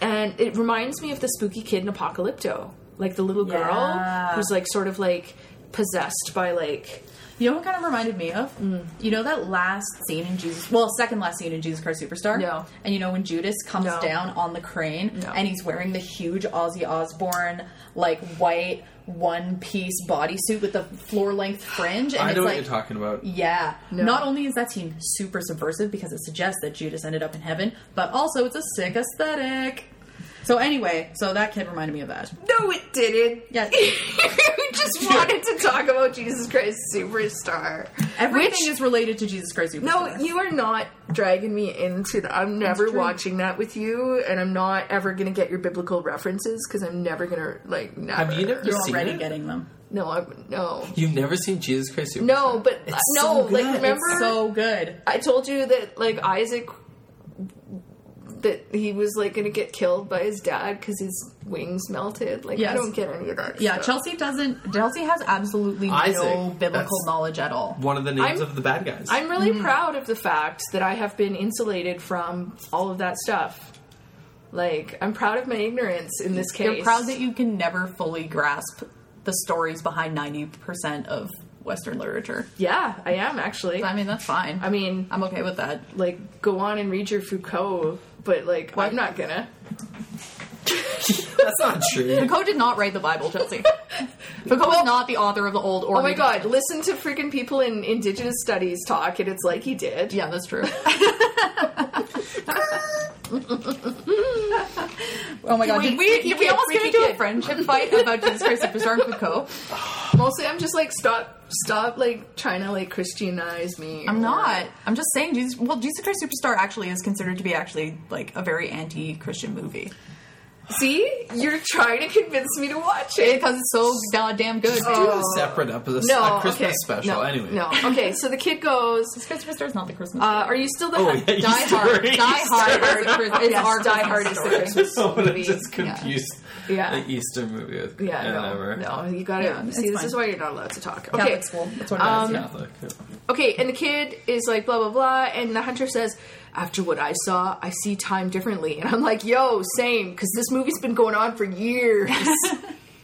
[SPEAKER 1] And it reminds me of the spooky kid in Apocalypto, like the little girl
[SPEAKER 2] Yeah.
[SPEAKER 1] who's like sort of like possessed by like
[SPEAKER 2] You know what kind of reminded me of?
[SPEAKER 1] Mm.
[SPEAKER 2] You know that last scene in Jesus, well, second last scene in Jesus Christ Superstar.
[SPEAKER 1] No.
[SPEAKER 2] And you know when Judas comes
[SPEAKER 1] No.
[SPEAKER 2] down on the crane
[SPEAKER 1] No.
[SPEAKER 2] and he's wearing the huge Ozzy Osbourne like white one piece bodysuit with the floor length fringe, and
[SPEAKER 3] I
[SPEAKER 2] it's
[SPEAKER 3] know
[SPEAKER 2] like
[SPEAKER 3] what you're talking about.
[SPEAKER 2] yeah.
[SPEAKER 1] No.
[SPEAKER 2] Not only is that scene super subversive because it suggests that Judas ended up in heaven, but also it's a sick aesthetic. So anyway, so that kid reminded me of that.
[SPEAKER 1] No, it didn't.
[SPEAKER 2] Yeah.
[SPEAKER 1] (laughs) we
[SPEAKER 2] (laughs)
[SPEAKER 1] just wanted to talk about Jesus Christ Superstar.
[SPEAKER 2] Everything
[SPEAKER 1] Which-
[SPEAKER 2] is related to Jesus Christ Superstar.
[SPEAKER 1] No, you are not dragging me into that. I'm never
[SPEAKER 2] true.
[SPEAKER 1] watching that with you, and I'm not ever gonna get your biblical references because I'm never gonna like. Never.
[SPEAKER 3] Have you never
[SPEAKER 2] You're
[SPEAKER 3] seen
[SPEAKER 2] already
[SPEAKER 3] it?
[SPEAKER 2] getting them.
[SPEAKER 1] No, I'm, no,
[SPEAKER 3] You've never seen Jesus Christ Superstar?
[SPEAKER 1] no. But uh,
[SPEAKER 3] It's
[SPEAKER 1] no,
[SPEAKER 3] so
[SPEAKER 1] like
[SPEAKER 3] good.
[SPEAKER 1] remember,
[SPEAKER 2] so good.
[SPEAKER 1] I told you that like Isaac, that he was like gonna get killed by his dad because his wings melted. Like I
[SPEAKER 2] Yes.
[SPEAKER 1] don't get any of that.
[SPEAKER 2] Yeah,
[SPEAKER 1] stuff.
[SPEAKER 2] Chelsea doesn't. Chelsea has absolutely no
[SPEAKER 3] Isaac,
[SPEAKER 2] biblical
[SPEAKER 3] that's-
[SPEAKER 2] knowledge at all.
[SPEAKER 3] One of the names
[SPEAKER 1] I'm-
[SPEAKER 3] of the bad guys.
[SPEAKER 1] I'm
[SPEAKER 2] Hmm.
[SPEAKER 1] really proud of the fact that I have been insulated from all of that stuff. Like, I'm proud of my ignorance in this case.
[SPEAKER 2] You're proud that you can never fully grasp the stories behind 90% of Western literature.
[SPEAKER 1] yeah, I am actually.
[SPEAKER 2] I mean, that's fine.
[SPEAKER 1] I mean,
[SPEAKER 2] I'm okay with that.
[SPEAKER 1] like, go on and read your Foucault, but like, I'm not gonna.
[SPEAKER 3] (laughs) That's not true.
[SPEAKER 2] Foucault did not write the Bible,
[SPEAKER 1] (laughs)
[SPEAKER 2] Chelsea. Foucault was not the author of the Old or
[SPEAKER 1] Oh my
[SPEAKER 2] New
[SPEAKER 1] god, listen to freaking people in Indigenous studies talk, and it's like he did.
[SPEAKER 2] Yeah,
[SPEAKER 1] (laughs)
[SPEAKER 2] that's true. oh my god,
[SPEAKER 1] Wait,
[SPEAKER 2] did we,
[SPEAKER 1] freaky
[SPEAKER 2] did we
[SPEAKER 1] kid,
[SPEAKER 2] almost get
[SPEAKER 1] freaky
[SPEAKER 2] into a
[SPEAKER 1] kid.
[SPEAKER 2] friendship fight about Jesus Christ Superstar and Foucault?
[SPEAKER 1] Mostly, I'm just like, stop, stop, like trying to like Christianize me.
[SPEAKER 2] I'm not. I'm just saying Jesus well, Jesus Christ Superstar actually is considered to be actually like a very anti Christian movie.
[SPEAKER 1] See, you're trying to convince me to watch it.
[SPEAKER 2] Because it's so goddamn good.
[SPEAKER 3] Do a separate episode,
[SPEAKER 1] Oh. No,
[SPEAKER 3] a Christmas
[SPEAKER 1] okay.
[SPEAKER 3] special.
[SPEAKER 1] No,
[SPEAKER 3] anyway,
[SPEAKER 1] no. Okay, so the kid goes.
[SPEAKER 2] Jesus Christ Superstar is not the Christmas.
[SPEAKER 1] Uh, are you still the
[SPEAKER 3] Oh, yeah,
[SPEAKER 1] Die
[SPEAKER 2] (laughs)
[SPEAKER 3] you
[SPEAKER 2] Die
[SPEAKER 3] still
[SPEAKER 2] Hard.
[SPEAKER 3] are
[SPEAKER 2] Die Hard is, a Chris- is
[SPEAKER 1] Yes,
[SPEAKER 2] our
[SPEAKER 1] Die Hard is the
[SPEAKER 2] Christmas story.
[SPEAKER 1] Christmas
[SPEAKER 3] (laughs) Someone
[SPEAKER 1] movie.
[SPEAKER 3] just confused
[SPEAKER 1] Yeah.
[SPEAKER 3] the Easter movie with
[SPEAKER 1] Yeah,
[SPEAKER 3] and
[SPEAKER 1] no,
[SPEAKER 3] whatever.
[SPEAKER 1] no, you gotta
[SPEAKER 2] Yeah,
[SPEAKER 1] see.
[SPEAKER 2] it's
[SPEAKER 1] This
[SPEAKER 2] fine.
[SPEAKER 1] is why you're not allowed to talk. Okay,
[SPEAKER 2] Catholic school. That's what it is. yeah.
[SPEAKER 3] Catholic.
[SPEAKER 1] okay, and the kid is like blah blah blah, and the hunter says, "After what I saw, I see time differently." And I'm like, "Yo, same," because this movie's been going on for years. (laughs)
[SPEAKER 2] (laughs)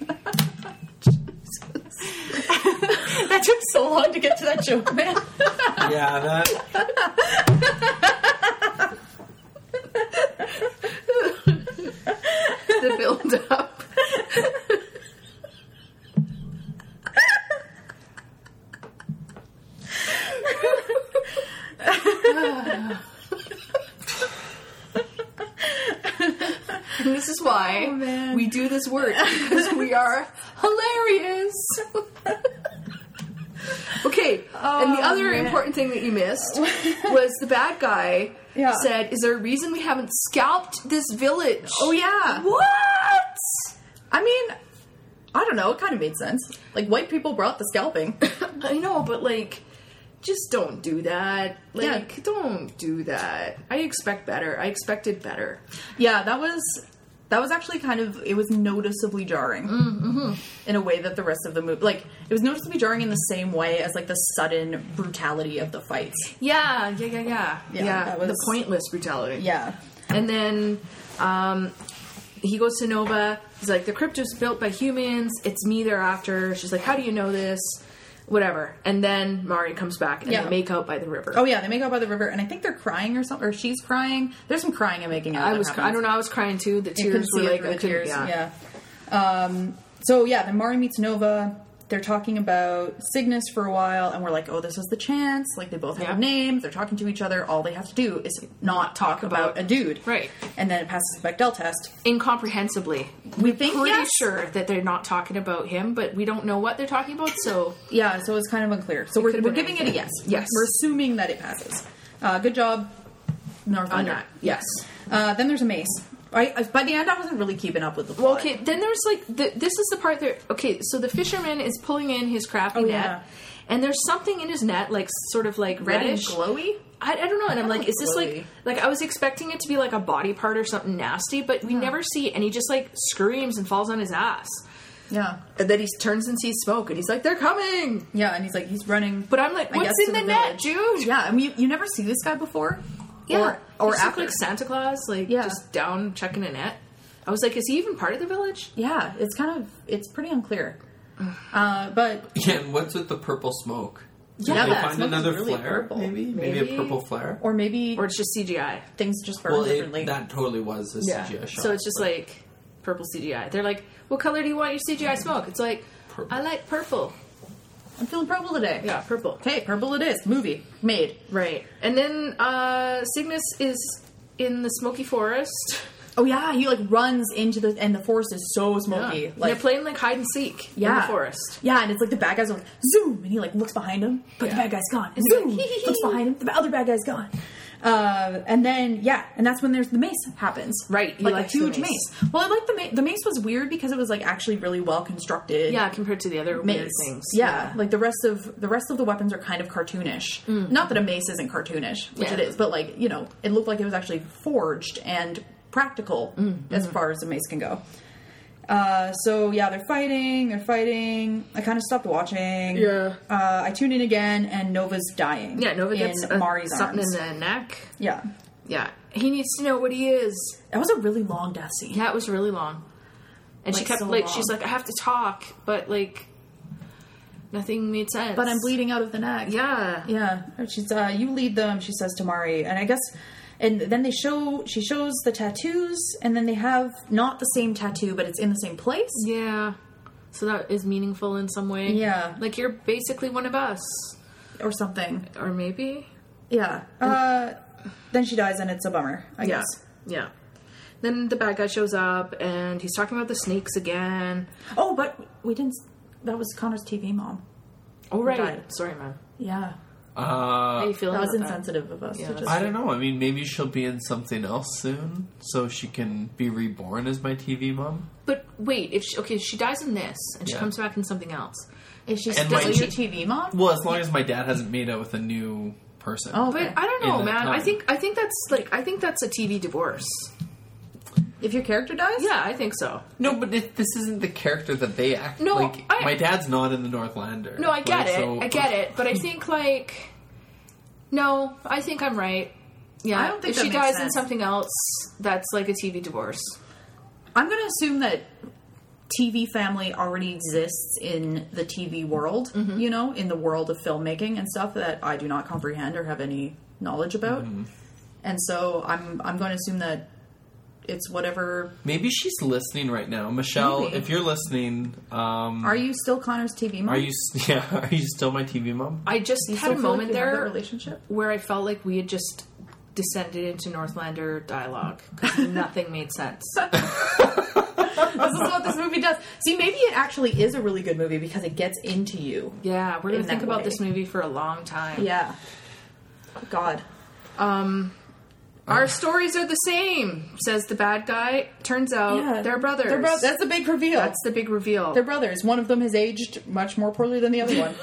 [SPEAKER 2] That took so long to get to that joke, man.
[SPEAKER 3] Yeah, that.
[SPEAKER 1] the build up. and this is why we do this work because we (laughs) are hilarious. okay, and the other important thing that you missed was the bad guy
[SPEAKER 2] Yeah.
[SPEAKER 1] said, "Is there a reason we haven't scalped this village?"
[SPEAKER 2] Oh yeah.
[SPEAKER 1] What?
[SPEAKER 2] I mean, I don't know. It kind of made sense. Like white people brought the scalping.
[SPEAKER 1] (coughs) I know, but like, just don't do that. Like,
[SPEAKER 2] Yeah.
[SPEAKER 1] don't do that. I expect better. I expected better.
[SPEAKER 2] (laughs) yeah, that was that was actually kind of it was noticeably jarring in a way that the rest of the movie like it was noticeably jarring in the same way as like the sudden brutality of the fights.
[SPEAKER 1] Yeah, yeah, yeah, yeah. Yeah,
[SPEAKER 2] that
[SPEAKER 1] the
[SPEAKER 2] was-
[SPEAKER 1] pointless brutality.
[SPEAKER 2] Yeah.
[SPEAKER 1] And then um, he goes to Nova. He's like, the crypt was built by humans. It's me they're after. She's like, how do you know this? Whatever. And then Mari comes back and
[SPEAKER 2] Yeah.
[SPEAKER 1] they make out by the river.
[SPEAKER 2] Oh yeah, they make out by the river, and I think they're crying or something, or she's crying. There's some crying and making out.
[SPEAKER 1] I
[SPEAKER 2] that
[SPEAKER 1] was, I
[SPEAKER 2] happens.
[SPEAKER 1] don't know, I was crying too. The
[SPEAKER 2] You
[SPEAKER 1] tears
[SPEAKER 2] can
[SPEAKER 1] were
[SPEAKER 2] see it
[SPEAKER 1] like,
[SPEAKER 2] through
[SPEAKER 1] I
[SPEAKER 2] the
[SPEAKER 1] couldn't-
[SPEAKER 2] tears. Yeah. Um, so yeah, then Mari meets Nova. They're talking about Cygnus for a while, and we're like, "Oh, this is the chance!" Like they both have
[SPEAKER 1] Yeah.
[SPEAKER 2] a name. They're talking to each other. All they have to do is not talk about,
[SPEAKER 1] about-
[SPEAKER 2] a dude,
[SPEAKER 1] Right.
[SPEAKER 2] And then it passes the Bechdel test.
[SPEAKER 1] incomprehensibly.
[SPEAKER 2] We think
[SPEAKER 1] pretty
[SPEAKER 2] yes.
[SPEAKER 1] sure that they're not talking about him, but we don't know what they're talking about, so
[SPEAKER 2] Yeah, so it's kind of unclear. So we're,
[SPEAKER 1] could've
[SPEAKER 2] we're
[SPEAKER 1] been
[SPEAKER 2] giving it a
[SPEAKER 1] anything.
[SPEAKER 2] yes.
[SPEAKER 1] Yes.
[SPEAKER 2] we're assuming that it passes. Uh, good job,
[SPEAKER 1] on
[SPEAKER 2] Northlander.
[SPEAKER 1] that. Yes.
[SPEAKER 2] Uh, then there's a mace. I, I, by the end, I wasn't really keeping up with the
[SPEAKER 1] Well,
[SPEAKER 2] plot.
[SPEAKER 1] okay, then there's like, the, this is the part that, okay, so the fisherman is pulling in his crappy
[SPEAKER 2] Oh,
[SPEAKER 1] net,
[SPEAKER 2] yeah.
[SPEAKER 1] and there's something in his net, like, sort of like
[SPEAKER 2] red and
[SPEAKER 1] reddish.
[SPEAKER 2] glowy.
[SPEAKER 1] I, I don't know, and I'm like,
[SPEAKER 2] like
[SPEAKER 1] is this
[SPEAKER 2] glowy.
[SPEAKER 1] like, like, I was expecting it to be like a body part or something nasty, but we never see, and he just like screams and falls on his ass.
[SPEAKER 2] Yeah,
[SPEAKER 1] And then he turns and sees smoke, and he's like, they're coming!
[SPEAKER 2] yeah, and he's like, he's running.
[SPEAKER 1] But I'm like,
[SPEAKER 2] I
[SPEAKER 1] what's
[SPEAKER 2] guess,
[SPEAKER 1] in
[SPEAKER 2] to
[SPEAKER 1] the,
[SPEAKER 2] the
[SPEAKER 1] net,
[SPEAKER 2] village.
[SPEAKER 1] dude?
[SPEAKER 2] Yeah, I mean, you, you never see this guy before.
[SPEAKER 1] Yeah.
[SPEAKER 2] Or, or
[SPEAKER 1] He's just
[SPEAKER 2] after.
[SPEAKER 1] like Santa Claus, like
[SPEAKER 2] Yeah.
[SPEAKER 1] just down checking a net. I was like, is he even part of the village?
[SPEAKER 2] Yeah, it's kind of, it's pretty unclear. (sighs) Uh, but
[SPEAKER 3] Yeah, and what's with the purple smoke? Did
[SPEAKER 2] Yeah,
[SPEAKER 3] they
[SPEAKER 2] that
[SPEAKER 3] find
[SPEAKER 2] smoke is
[SPEAKER 3] another
[SPEAKER 2] really
[SPEAKER 3] flare?
[SPEAKER 2] purple.
[SPEAKER 3] Maybe? maybe,
[SPEAKER 1] Maybe.
[SPEAKER 3] a purple flare.
[SPEAKER 2] or maybe
[SPEAKER 1] Or it's just CGI.
[SPEAKER 2] things just burn
[SPEAKER 3] well,
[SPEAKER 2] differently.
[SPEAKER 3] it, that totally was a CGI shot.
[SPEAKER 1] So it's just like purple CGI. They're like, what color do you want your CGI smoke? It's like,
[SPEAKER 3] Mm. Purple.
[SPEAKER 1] I like purple.
[SPEAKER 2] I'm feeling purple today.
[SPEAKER 1] Yeah, purple.
[SPEAKER 2] Hey, purple it is. Movie made.
[SPEAKER 1] Right. And then uh Cygnus is in the smoky forest.
[SPEAKER 2] Oh yeah, he like runs into the and the forest is so smoky.
[SPEAKER 1] Yeah.
[SPEAKER 2] Like
[SPEAKER 1] They're playing like hide and seek in
[SPEAKER 2] yeah,
[SPEAKER 1] the forest.
[SPEAKER 2] Yeah, and it's like the bad guys are like zoom, and he like looks behind him, but the
[SPEAKER 1] Yeah.
[SPEAKER 2] bad guy's gone. And
[SPEAKER 1] he's
[SPEAKER 2] zoom,
[SPEAKER 1] like, "Hee, hee,
[SPEAKER 2] looks
[SPEAKER 1] hee."
[SPEAKER 2] behind him, the other bad guy's gone. Uh, and then yeah, and that's when there's the mace happens.
[SPEAKER 1] Right, you
[SPEAKER 2] like a
[SPEAKER 1] liked the
[SPEAKER 2] huge mace.
[SPEAKER 1] mace.
[SPEAKER 2] Well, I like the mace. The mace was weird because it was like actually really well constructed.
[SPEAKER 1] Yeah, compared to the other weird
[SPEAKER 2] Mace.
[SPEAKER 1] things.
[SPEAKER 2] Yeah, like the rest of the rest of the weapons are kind of cartoonish. Not that a mace isn't cartoonish, which
[SPEAKER 1] Mm. Yeah.
[SPEAKER 2] it is, but like you know, it looked like it was actually forged and practical
[SPEAKER 1] Mm,
[SPEAKER 2] as far as a mace can go. Uh, so yeah, they're fighting. They're fighting. I kind of stopped watching.
[SPEAKER 1] Yeah.
[SPEAKER 2] Uh, I tuned in again, and Nova's dying.
[SPEAKER 1] Yeah, Nova gets
[SPEAKER 2] in
[SPEAKER 1] uh,
[SPEAKER 2] Mari's
[SPEAKER 1] something
[SPEAKER 2] arms.
[SPEAKER 1] in the neck.
[SPEAKER 2] yeah.
[SPEAKER 1] Yeah. He needs to know what he is.
[SPEAKER 2] That was a really long death scene.
[SPEAKER 1] Yeah, it was really long. And she
[SPEAKER 2] Like,
[SPEAKER 1] kept
[SPEAKER 2] so
[SPEAKER 1] like
[SPEAKER 2] long.
[SPEAKER 1] she's like, I have to talk, but like nothing made sense.
[SPEAKER 2] But I'm bleeding out of the neck.
[SPEAKER 1] Yeah.
[SPEAKER 2] Yeah, And she's uh, you lead them. She says to Mari, and I guess, and then they show she shows the tattoos, and then they have not the same tattoo, but it's in the same place.
[SPEAKER 1] Yeah. So that is meaningful in some way.
[SPEAKER 2] Yeah.
[SPEAKER 1] Like you're basically one of us.
[SPEAKER 2] or something.
[SPEAKER 1] Or maybe.
[SPEAKER 2] Yeah. Uh, then she dies, and it's a bummer. I
[SPEAKER 1] Yeah.
[SPEAKER 2] guess.
[SPEAKER 1] Yeah. Then the bad guy shows up and he's talking about the snakes again.
[SPEAKER 2] Oh, but we didn't. That was Connor's TV mom.
[SPEAKER 1] Oh right.
[SPEAKER 2] died.
[SPEAKER 1] Sorry, man.
[SPEAKER 2] Yeah,
[SPEAKER 1] How
[SPEAKER 3] Uh,
[SPEAKER 1] you feeling?
[SPEAKER 2] that was
[SPEAKER 1] about that?
[SPEAKER 2] insensitive of us.
[SPEAKER 1] Yeah,
[SPEAKER 2] to
[SPEAKER 1] that's-
[SPEAKER 2] just,
[SPEAKER 3] I don't know. I mean, maybe she'll be in something else soon, so she can be reborn as my TV mom.
[SPEAKER 1] But wait, if she, okay, she dies in this and she
[SPEAKER 3] Yeah.
[SPEAKER 1] comes back in something else.
[SPEAKER 2] is she
[SPEAKER 3] And
[SPEAKER 2] still
[SPEAKER 3] my
[SPEAKER 2] your
[SPEAKER 3] t-
[SPEAKER 2] TV mom?
[SPEAKER 3] Well, as long as my dad hasn't made out with a new person.
[SPEAKER 2] Oh,
[SPEAKER 1] But
[SPEAKER 2] Okay.
[SPEAKER 1] I don't
[SPEAKER 3] In
[SPEAKER 1] know,
[SPEAKER 3] that
[SPEAKER 1] man. I
[SPEAKER 3] time.
[SPEAKER 1] think I think that's like I think that's a TV divorce.
[SPEAKER 2] if your character dies,
[SPEAKER 1] Yeah, I think so.
[SPEAKER 3] No, but if this isn't the character that they act.
[SPEAKER 1] No,
[SPEAKER 3] like
[SPEAKER 1] I-
[SPEAKER 3] my dad's not in the Northlander.
[SPEAKER 1] No, I get
[SPEAKER 3] Like,
[SPEAKER 1] it.
[SPEAKER 3] so-
[SPEAKER 1] I get it.
[SPEAKER 3] (laughs)
[SPEAKER 1] But I think like no, I think I'm right. Yeah,
[SPEAKER 2] I don't think
[SPEAKER 1] if
[SPEAKER 2] that
[SPEAKER 1] she
[SPEAKER 2] makes
[SPEAKER 1] dies in
[SPEAKER 2] sense.
[SPEAKER 1] something else, that's like a TV divorce.
[SPEAKER 2] I'm going to assume that TV family already exists in the TV world, you know, in the world of filmmaking and stuff that I do not comprehend or have any knowledge about. And so I'm I'm going to assume that it's whatever
[SPEAKER 3] Maybe she's listening right now, Michelle.
[SPEAKER 2] Maybe.
[SPEAKER 3] If you're listening, um,
[SPEAKER 2] Are you still Connor's TV mom?
[SPEAKER 3] are you? s- (laughs) Yeah, are you still my TV mom?
[SPEAKER 1] I just
[SPEAKER 2] Do you
[SPEAKER 1] had
[SPEAKER 2] still
[SPEAKER 1] a
[SPEAKER 2] feel like
[SPEAKER 1] moment
[SPEAKER 2] you have that
[SPEAKER 1] there
[SPEAKER 2] relationship?
[SPEAKER 1] where I felt like we had just descended into Northlander dialogue
[SPEAKER 2] (laughs)
[SPEAKER 1] because nothing made sense.
[SPEAKER 2] this is what this movie does. See, maybe it actually is a really good movie because it gets into you.
[SPEAKER 1] Yeah, we're gonna
[SPEAKER 2] In
[SPEAKER 1] think
[SPEAKER 2] that
[SPEAKER 1] about
[SPEAKER 2] way.
[SPEAKER 1] this movie for a long time.
[SPEAKER 2] Yeah. God.
[SPEAKER 1] Our stories are the same, says the bad guy. Turns out they're brothers.
[SPEAKER 2] They're brothers. That's the big reveal.
[SPEAKER 1] That's the big reveal.
[SPEAKER 2] They're brothers. One of them has aged much more poorly than the other
[SPEAKER 1] (laughs)
[SPEAKER 2] one.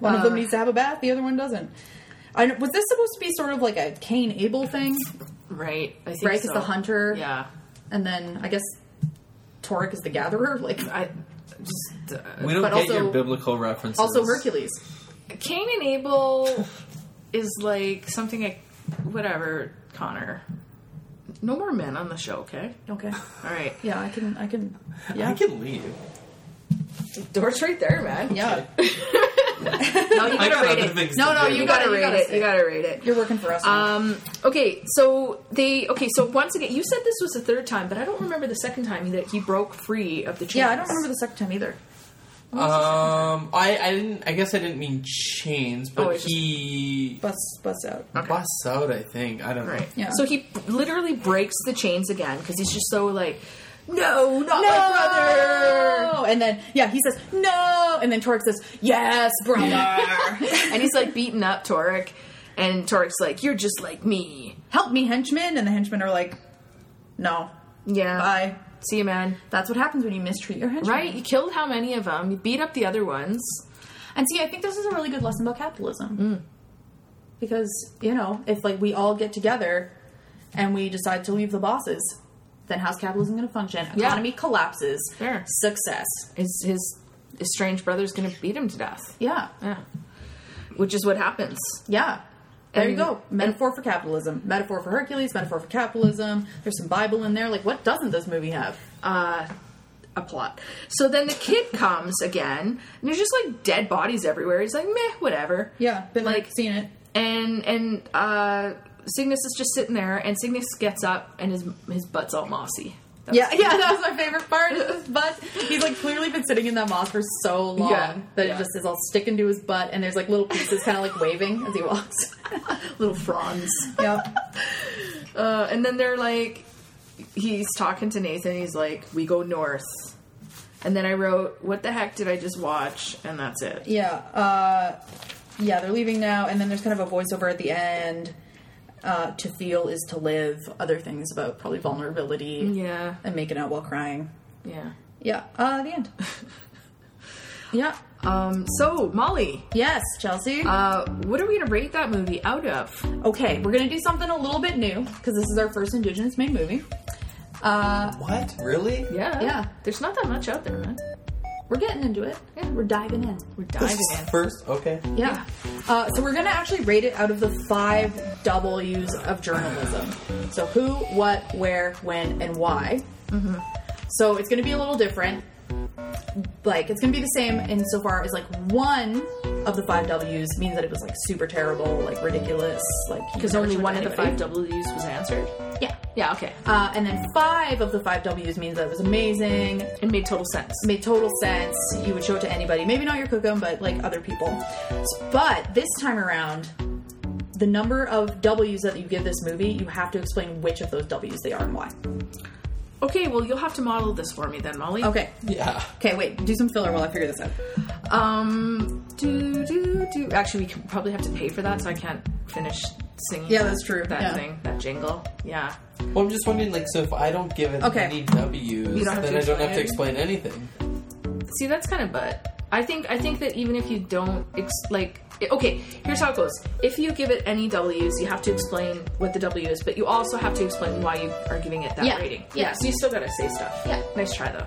[SPEAKER 2] one
[SPEAKER 1] Uh.
[SPEAKER 2] of them needs to have a bath, the other one doesn't. I, know- was this supposed to be sort of like a Cain Abel thing?
[SPEAKER 1] right. I think
[SPEAKER 2] Right, 'cause
[SPEAKER 1] so.
[SPEAKER 2] the hunter-
[SPEAKER 1] Yeah.
[SPEAKER 2] And then I guess Toric is the gatherer, like
[SPEAKER 1] I just uh,
[SPEAKER 3] We don't
[SPEAKER 2] But
[SPEAKER 3] get
[SPEAKER 2] also-
[SPEAKER 3] your biblical references.
[SPEAKER 2] also Hercules.
[SPEAKER 1] Cain and Abel is like something like whatever, Connor. No more men on the show, okay?
[SPEAKER 2] Okay.
[SPEAKER 1] All right.
[SPEAKER 2] Yeah, I can I can yeah.
[SPEAKER 3] I can leave.
[SPEAKER 1] Door's right there, man.
[SPEAKER 2] yeah.
[SPEAKER 1] No, you
[SPEAKER 3] I
[SPEAKER 1] gotta
[SPEAKER 3] got
[SPEAKER 1] rate
[SPEAKER 3] other
[SPEAKER 1] it.
[SPEAKER 3] things
[SPEAKER 1] No,
[SPEAKER 3] to
[SPEAKER 1] no,
[SPEAKER 3] do.
[SPEAKER 1] you gotta
[SPEAKER 2] You
[SPEAKER 1] rate
[SPEAKER 2] gotta
[SPEAKER 1] it.
[SPEAKER 2] say
[SPEAKER 1] You
[SPEAKER 2] it.
[SPEAKER 1] gotta rate it.
[SPEAKER 2] You're working for us. now.
[SPEAKER 1] Um, okay, so they okay, so once again, you said this was the third time, but I don't remember the second time that he broke free of the chains.
[SPEAKER 2] yeah, I don't remember the second time either.
[SPEAKER 3] Um, I, I didn't. I guess I didn't mean chains, but
[SPEAKER 1] Oh, it's just-
[SPEAKER 3] he
[SPEAKER 2] Bus bus out.
[SPEAKER 3] busts out. I think I don't know.
[SPEAKER 1] Right.
[SPEAKER 2] Yeah.
[SPEAKER 1] So he literally breaks the chains again because he's just so like, no, not my brother.
[SPEAKER 2] And then yeah, he says no, and then Torque says yes, brother.
[SPEAKER 1] and he's like beating up Torek, and Torek's like, you're just like me.
[SPEAKER 2] Help me, henchmen, and the henchmen are like, no,
[SPEAKER 1] Yeah.
[SPEAKER 2] bye.
[SPEAKER 1] See you, man.
[SPEAKER 2] That's what happens when you mistreat your henchmen.
[SPEAKER 1] Right? You killed how many of them? You beat up the other ones.
[SPEAKER 2] And see, I think this is a really good lesson about capitalism. Because, you know, if like we all get together and we decide to leave the bosses, then how's capitalism going to function?
[SPEAKER 1] Yeah.
[SPEAKER 2] Economy collapses.
[SPEAKER 1] Sure.
[SPEAKER 2] Success.
[SPEAKER 1] His his estranged brother's gonna beat him to death.
[SPEAKER 2] Yeah.
[SPEAKER 1] Yeah. Which is what happens.
[SPEAKER 2] Yeah. There you
[SPEAKER 1] And-
[SPEAKER 2] go. Metaphor for capitalism. Metaphor for Hercules, metaphor for capitalism. There's some Bible in there. Like, what doesn't this movie have?
[SPEAKER 1] a plot. So then the kid (laughs) comes again, and there's just like dead bodies everywhere. He's like, meh, whatever.
[SPEAKER 2] Yeah. Been
[SPEAKER 1] Like-
[SPEAKER 2] like, seen it.
[SPEAKER 1] And and uh, Cygnus is just sitting there, and Cygnus gets up, and his his butt's all mossy. That's- (laughs)
[SPEAKER 2] Yeah, yeah, that was my favorite part. Is his butt. He's like clearly been sitting in that moss for so long
[SPEAKER 1] Yeah,
[SPEAKER 2] that
[SPEAKER 1] yeah.
[SPEAKER 2] it just is all sticking to his butt, and there's like little pieces kind of like waving as he walks.
[SPEAKER 1] (laughs) little fronds.
[SPEAKER 2] yeah,
[SPEAKER 1] Uh, and then they're like, he's talking to Nathan. He's like, we go north. And then I wrote, what the heck did I just watch? And that's it.
[SPEAKER 2] yeah, uh, yeah. They're leaving now, and then there's kind of a voiceover at the end. Uh, to feel is to live. Other things about probably vulnerability.
[SPEAKER 1] Yeah.
[SPEAKER 2] and making out while crying.
[SPEAKER 1] Yeah.
[SPEAKER 2] Yeah,
[SPEAKER 1] (laughs)
[SPEAKER 2] uh, the end. yeah.
[SPEAKER 1] Um, so Molly,
[SPEAKER 2] Yes, Chelsea.
[SPEAKER 1] uh, what are we gonna rate that movie out of?
[SPEAKER 2] okay, we're gonna do something a little bit new because this is our first Indigenous made movie. Uh,
[SPEAKER 3] What? Really?
[SPEAKER 1] Yeah.
[SPEAKER 2] Yeah.
[SPEAKER 1] There's not that much out there, man.
[SPEAKER 2] We're getting into it. Yeah, we're diving in.
[SPEAKER 1] We're diving in.
[SPEAKER 3] First, okay.
[SPEAKER 2] Yeah. Uh, so we're gonna actually rate it out of the five W's of journalism. So who, what, where, when, and why.
[SPEAKER 1] Mm-hmm.
[SPEAKER 2] So it's gonna be a little different. Like it's gonna be the same insofar as like one of the five W's means that it was like super terrible, like ridiculous, like you
[SPEAKER 1] Because
[SPEAKER 2] never
[SPEAKER 1] only
[SPEAKER 2] should
[SPEAKER 1] one of the
[SPEAKER 2] anybody.
[SPEAKER 1] five W's was answered.
[SPEAKER 2] Yeah.
[SPEAKER 1] Yeah, okay.
[SPEAKER 2] Uh, and then five of the five W's means that it was amazing,
[SPEAKER 1] It made total sense.
[SPEAKER 2] made total sense. You would show it to anybody. Maybe not your cookum, but like other people. But this time around, the number of W's that you give this movie, you have to explain which of those W's they are and why.
[SPEAKER 1] Okay, well, you'll have to model this for me then, Molly.
[SPEAKER 2] Okay.
[SPEAKER 3] Yeah.
[SPEAKER 2] Okay, wait. Do some filler while I figure this out.
[SPEAKER 1] Um, do, do, do. Actually, we could probably have to pay for that, so I can't finish singing.
[SPEAKER 2] Yeah, that's true.
[SPEAKER 1] That
[SPEAKER 2] Yeah.
[SPEAKER 1] thing, that jingle. Yeah.
[SPEAKER 3] Well, I'm just wondering, like, so if I don't give it
[SPEAKER 2] Okay.
[SPEAKER 3] any W's,
[SPEAKER 1] You don't have
[SPEAKER 3] then
[SPEAKER 1] to
[SPEAKER 3] I don't have to
[SPEAKER 1] explain.
[SPEAKER 3] explain anything.
[SPEAKER 1] See, that's kind of but. I think I think that even if you don't ex- like, i- okay, here's how it goes. If you give it any W's, you have to explain what the W is, but you also have to explain why you are giving it that
[SPEAKER 2] Yeah,
[SPEAKER 1] rating.
[SPEAKER 2] yeah.
[SPEAKER 1] So you still gotta say stuff.
[SPEAKER 2] Yeah.
[SPEAKER 1] Nice try though.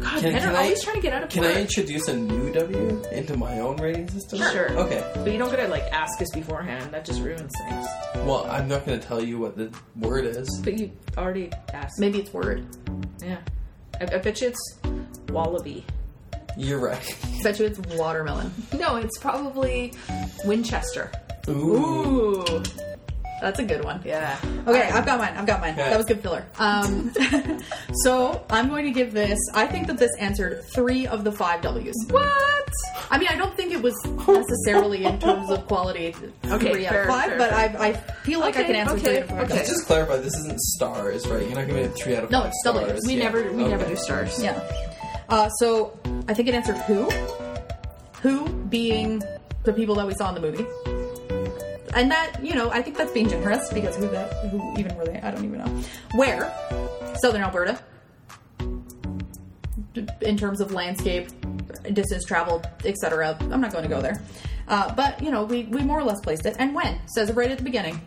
[SPEAKER 1] God,
[SPEAKER 3] Can-
[SPEAKER 1] men
[SPEAKER 3] can
[SPEAKER 1] are
[SPEAKER 3] I-
[SPEAKER 1] always trying to get out of
[SPEAKER 3] Can
[SPEAKER 1] work.
[SPEAKER 3] I introduce a new W into my own rating system?
[SPEAKER 1] Sure.
[SPEAKER 3] Okay.
[SPEAKER 1] But you don't gotta like ask us beforehand. That just ruins things.
[SPEAKER 3] Well, I'm not going to tell you what the word is.
[SPEAKER 1] But you already asked.
[SPEAKER 2] Maybe it's word.
[SPEAKER 1] Yeah. I, I bet you it's wallaby.
[SPEAKER 3] You're right.
[SPEAKER 2] Bet you it's watermelon.
[SPEAKER 1] No, it's probably Winchester.
[SPEAKER 3] Ooh.
[SPEAKER 2] Ooh. That's a good one.
[SPEAKER 1] Yeah.
[SPEAKER 2] Okay, I've got mine. I've got mine.
[SPEAKER 3] Okay.
[SPEAKER 2] That was good filler. Um, (laughs) so I'm going to give this. I think that this answered three of the five W's.
[SPEAKER 1] What?
[SPEAKER 2] I mean, I don't think it was necessarily in terms of quality
[SPEAKER 1] Okay,
[SPEAKER 2] three out
[SPEAKER 1] fair,
[SPEAKER 2] of five,
[SPEAKER 1] fair,
[SPEAKER 2] but
[SPEAKER 1] fair.
[SPEAKER 2] I, I feel like I
[SPEAKER 1] Okay,
[SPEAKER 2] can answer
[SPEAKER 1] okay,
[SPEAKER 2] three out of five.
[SPEAKER 1] okay.
[SPEAKER 2] W's.
[SPEAKER 3] Just clarify, this isn't stars, right? You're not giving it three out of
[SPEAKER 2] No,
[SPEAKER 3] five
[SPEAKER 2] it's
[SPEAKER 3] stars.
[SPEAKER 2] W's.
[SPEAKER 1] We
[SPEAKER 3] Yeah.
[SPEAKER 1] never we never
[SPEAKER 3] Okay.
[SPEAKER 1] do stars.
[SPEAKER 2] Yeah. Uh, so I think it answered who, who being the people that we saw in the movie, and that you know I think that's being generous because who that who even were they? I don't even know. Where Southern Alberta, D- in terms of landscape, distance traveled, etc. I'm not going to go there. Uh, but you know we we more or less placed it. And when says it right at the beginning.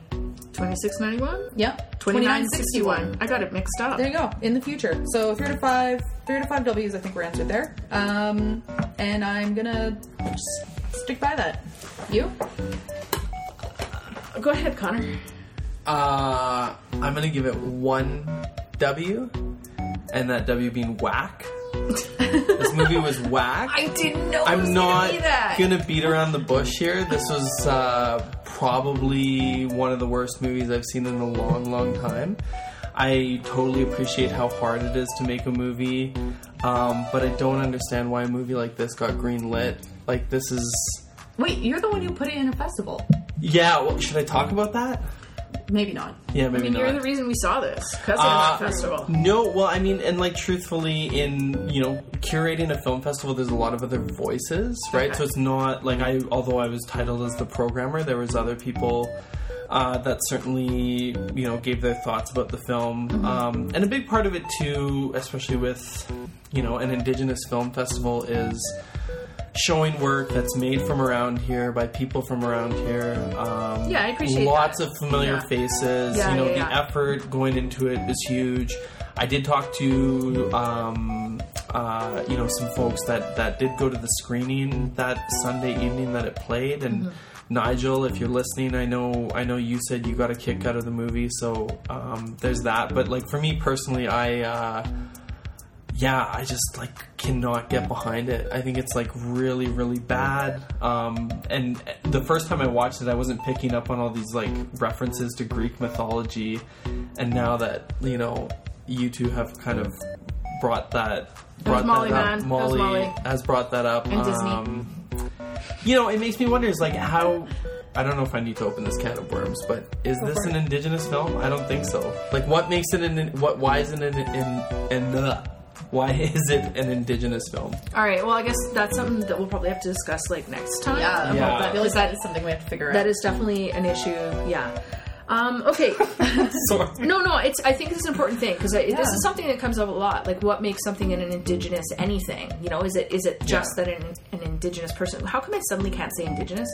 [SPEAKER 1] Twenty six ninety one?
[SPEAKER 2] Yep.
[SPEAKER 1] 2961. I got it mixed up.
[SPEAKER 2] There you go. In the future. So three to five, three to five W's. I think we're answered there. Um, and I'm gonna just stick by that. You?
[SPEAKER 1] Go ahead, Connor.
[SPEAKER 3] Uh, I'm gonna give it one W, and that W
[SPEAKER 1] (laughs)
[SPEAKER 3] being whack. this movie was whack.
[SPEAKER 1] I didn't know it was
[SPEAKER 3] I'm not
[SPEAKER 1] gonna be that.
[SPEAKER 3] gonna beat around the bush here. This was uh, probably one of the worst movies I've seen in a long, long time. I totally appreciate how hard it is to make a movie, um, but I don't understand why a movie like this got greenlit. Like this is,
[SPEAKER 2] Wait, you're the one who put it in a festival.
[SPEAKER 3] yeah. Well, should I talk about that?
[SPEAKER 2] Maybe not.
[SPEAKER 3] Yeah, maybe
[SPEAKER 1] I mean,
[SPEAKER 3] not.
[SPEAKER 1] you're the reason we saw this because
[SPEAKER 3] Uh,
[SPEAKER 1] of that festival.
[SPEAKER 3] No, well, I mean, and like truthfully, in you know, curating a film festival, there's a lot of other voices, right? So it's not like I, although I was titled as the programmer, there was other people. Uh, that certainly, you know, gave their thoughts about the film,
[SPEAKER 1] Mm-hmm.
[SPEAKER 3] um, and a big part of it too, especially with, you know, an Indigenous film festival, is showing work that's made from around here by people from around here. Um,
[SPEAKER 1] Yeah, I appreciate
[SPEAKER 3] lots
[SPEAKER 1] that.
[SPEAKER 3] of familiar
[SPEAKER 1] Yeah.
[SPEAKER 3] faces.
[SPEAKER 1] Yeah,
[SPEAKER 3] you know,
[SPEAKER 1] yeah,
[SPEAKER 3] the
[SPEAKER 1] yeah.
[SPEAKER 3] effort going into it is huge. I did talk to um, uh, you know some folks that that did go to the screening that Sunday evening that it played and.
[SPEAKER 1] Mm-hmm.
[SPEAKER 3] Nigel, if you're listening, I know I know you said you got a kick out of the movie, so um, there's that. But like for me personally, I uh, yeah, I just like cannot get behind it. I think it's like really, really bad. Um, and the first time I watched it, I wasn't picking up on all these like references to Greek mythology. And now that you know, you two have kind of brought that brought
[SPEAKER 1] Molly,
[SPEAKER 3] that
[SPEAKER 1] man.
[SPEAKER 3] up.
[SPEAKER 1] That was
[SPEAKER 3] Molly,
[SPEAKER 1] Molly.
[SPEAKER 3] has brought that up. um,
[SPEAKER 1] And Disney.
[SPEAKER 3] you know, it makes me wonder is like how. I don't know if I need to open this can of worms, but is this
[SPEAKER 2] for
[SPEAKER 3] an
[SPEAKER 2] it.
[SPEAKER 3] indigenous film? I don't think so. Like, what makes it an what? Why isn't it an in the? Why (laughs) is it an indigenous
[SPEAKER 1] (laughs)
[SPEAKER 3] film?
[SPEAKER 1] All right. Well, I guess that's something that we'll probably have to discuss like next time.
[SPEAKER 2] Yeah.
[SPEAKER 1] about
[SPEAKER 3] Yeah.
[SPEAKER 2] I
[SPEAKER 1] that,
[SPEAKER 2] feel like
[SPEAKER 1] 'cause
[SPEAKER 2] that is something we have to figure out.
[SPEAKER 1] that is definitely an issue. Yeah. Um, (laughs) okay.
[SPEAKER 3] Sorry.
[SPEAKER 1] No, no. It's. I think this is an important thing because this
[SPEAKER 2] Yeah.
[SPEAKER 1] is something that comes up a lot. Like, what makes something an indigenous anything? You know, is it is it just that an, an indigenous person? How come I suddenly can't say indigenous?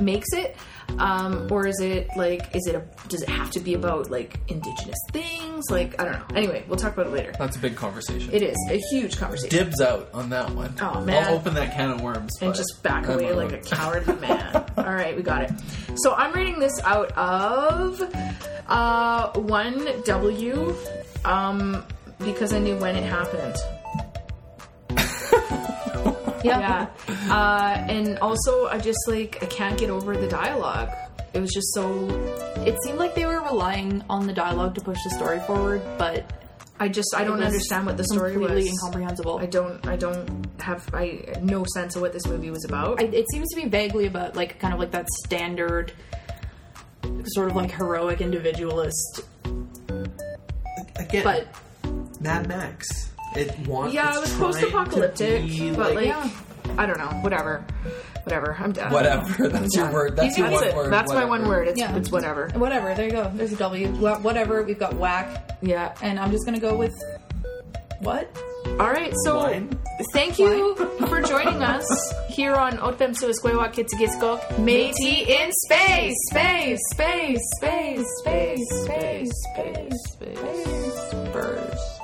[SPEAKER 1] Makes it, um, or is it like is it a, does it have to be about like indigenous things? Like I don't know. Anyway, we'll talk about it later.
[SPEAKER 3] That's a big conversation.
[SPEAKER 1] It is a huge conversation.
[SPEAKER 3] Dibs out on that one.
[SPEAKER 1] Oh, man.
[SPEAKER 3] I'll open that can of worms.
[SPEAKER 1] and
[SPEAKER 3] but
[SPEAKER 1] just back
[SPEAKER 3] I'm
[SPEAKER 1] away
[SPEAKER 3] out.
[SPEAKER 1] like a cowardly man.
[SPEAKER 3] (laughs)
[SPEAKER 1] All right, we got it. So I'm reading this out of uh, 1W um, because I knew when it happened. Yeah. (laughs) Uh, and also, I just like, I can't get over the dialogue. It was just so.
[SPEAKER 2] It seemed like they were relying on the dialogue to push the story forward, but
[SPEAKER 1] I just, I don't
[SPEAKER 2] was
[SPEAKER 1] understand what the story
[SPEAKER 2] completely
[SPEAKER 1] was.
[SPEAKER 2] incomprehensible.
[SPEAKER 1] I don't, I don't have, I no sense of what this movie was about.
[SPEAKER 2] I, it seems to be vaguely about like kind of like that standard sort of like heroic individualist
[SPEAKER 3] Again,
[SPEAKER 2] but
[SPEAKER 3] Mad Max. It wants.
[SPEAKER 1] Yeah, it
[SPEAKER 3] it's
[SPEAKER 1] was
[SPEAKER 3] trying to
[SPEAKER 1] post-apocalyptic,
[SPEAKER 3] be,
[SPEAKER 1] but like,
[SPEAKER 2] Yeah.
[SPEAKER 1] I don't know, whatever, whatever. I'm done.
[SPEAKER 3] whatever. (laughs) That's your word. That's your
[SPEAKER 1] That's
[SPEAKER 3] one
[SPEAKER 1] it.
[SPEAKER 3] word.
[SPEAKER 1] That's my
[SPEAKER 3] whatever.
[SPEAKER 1] one word. It's,
[SPEAKER 2] Yeah.
[SPEAKER 1] it's whatever.
[SPEAKER 2] whatever there you go there's a w Wha- whatever we've got whack
[SPEAKER 1] Yeah.
[SPEAKER 2] and i'm just gonna go with what
[SPEAKER 1] All right. So
[SPEAKER 3] Wine?
[SPEAKER 1] thank you for joining us here on Otem Suesquewa Kitsigiskok Métis in Space. Space. Space. Space. Space. Space. Space. Space.
[SPEAKER 2] Spurs.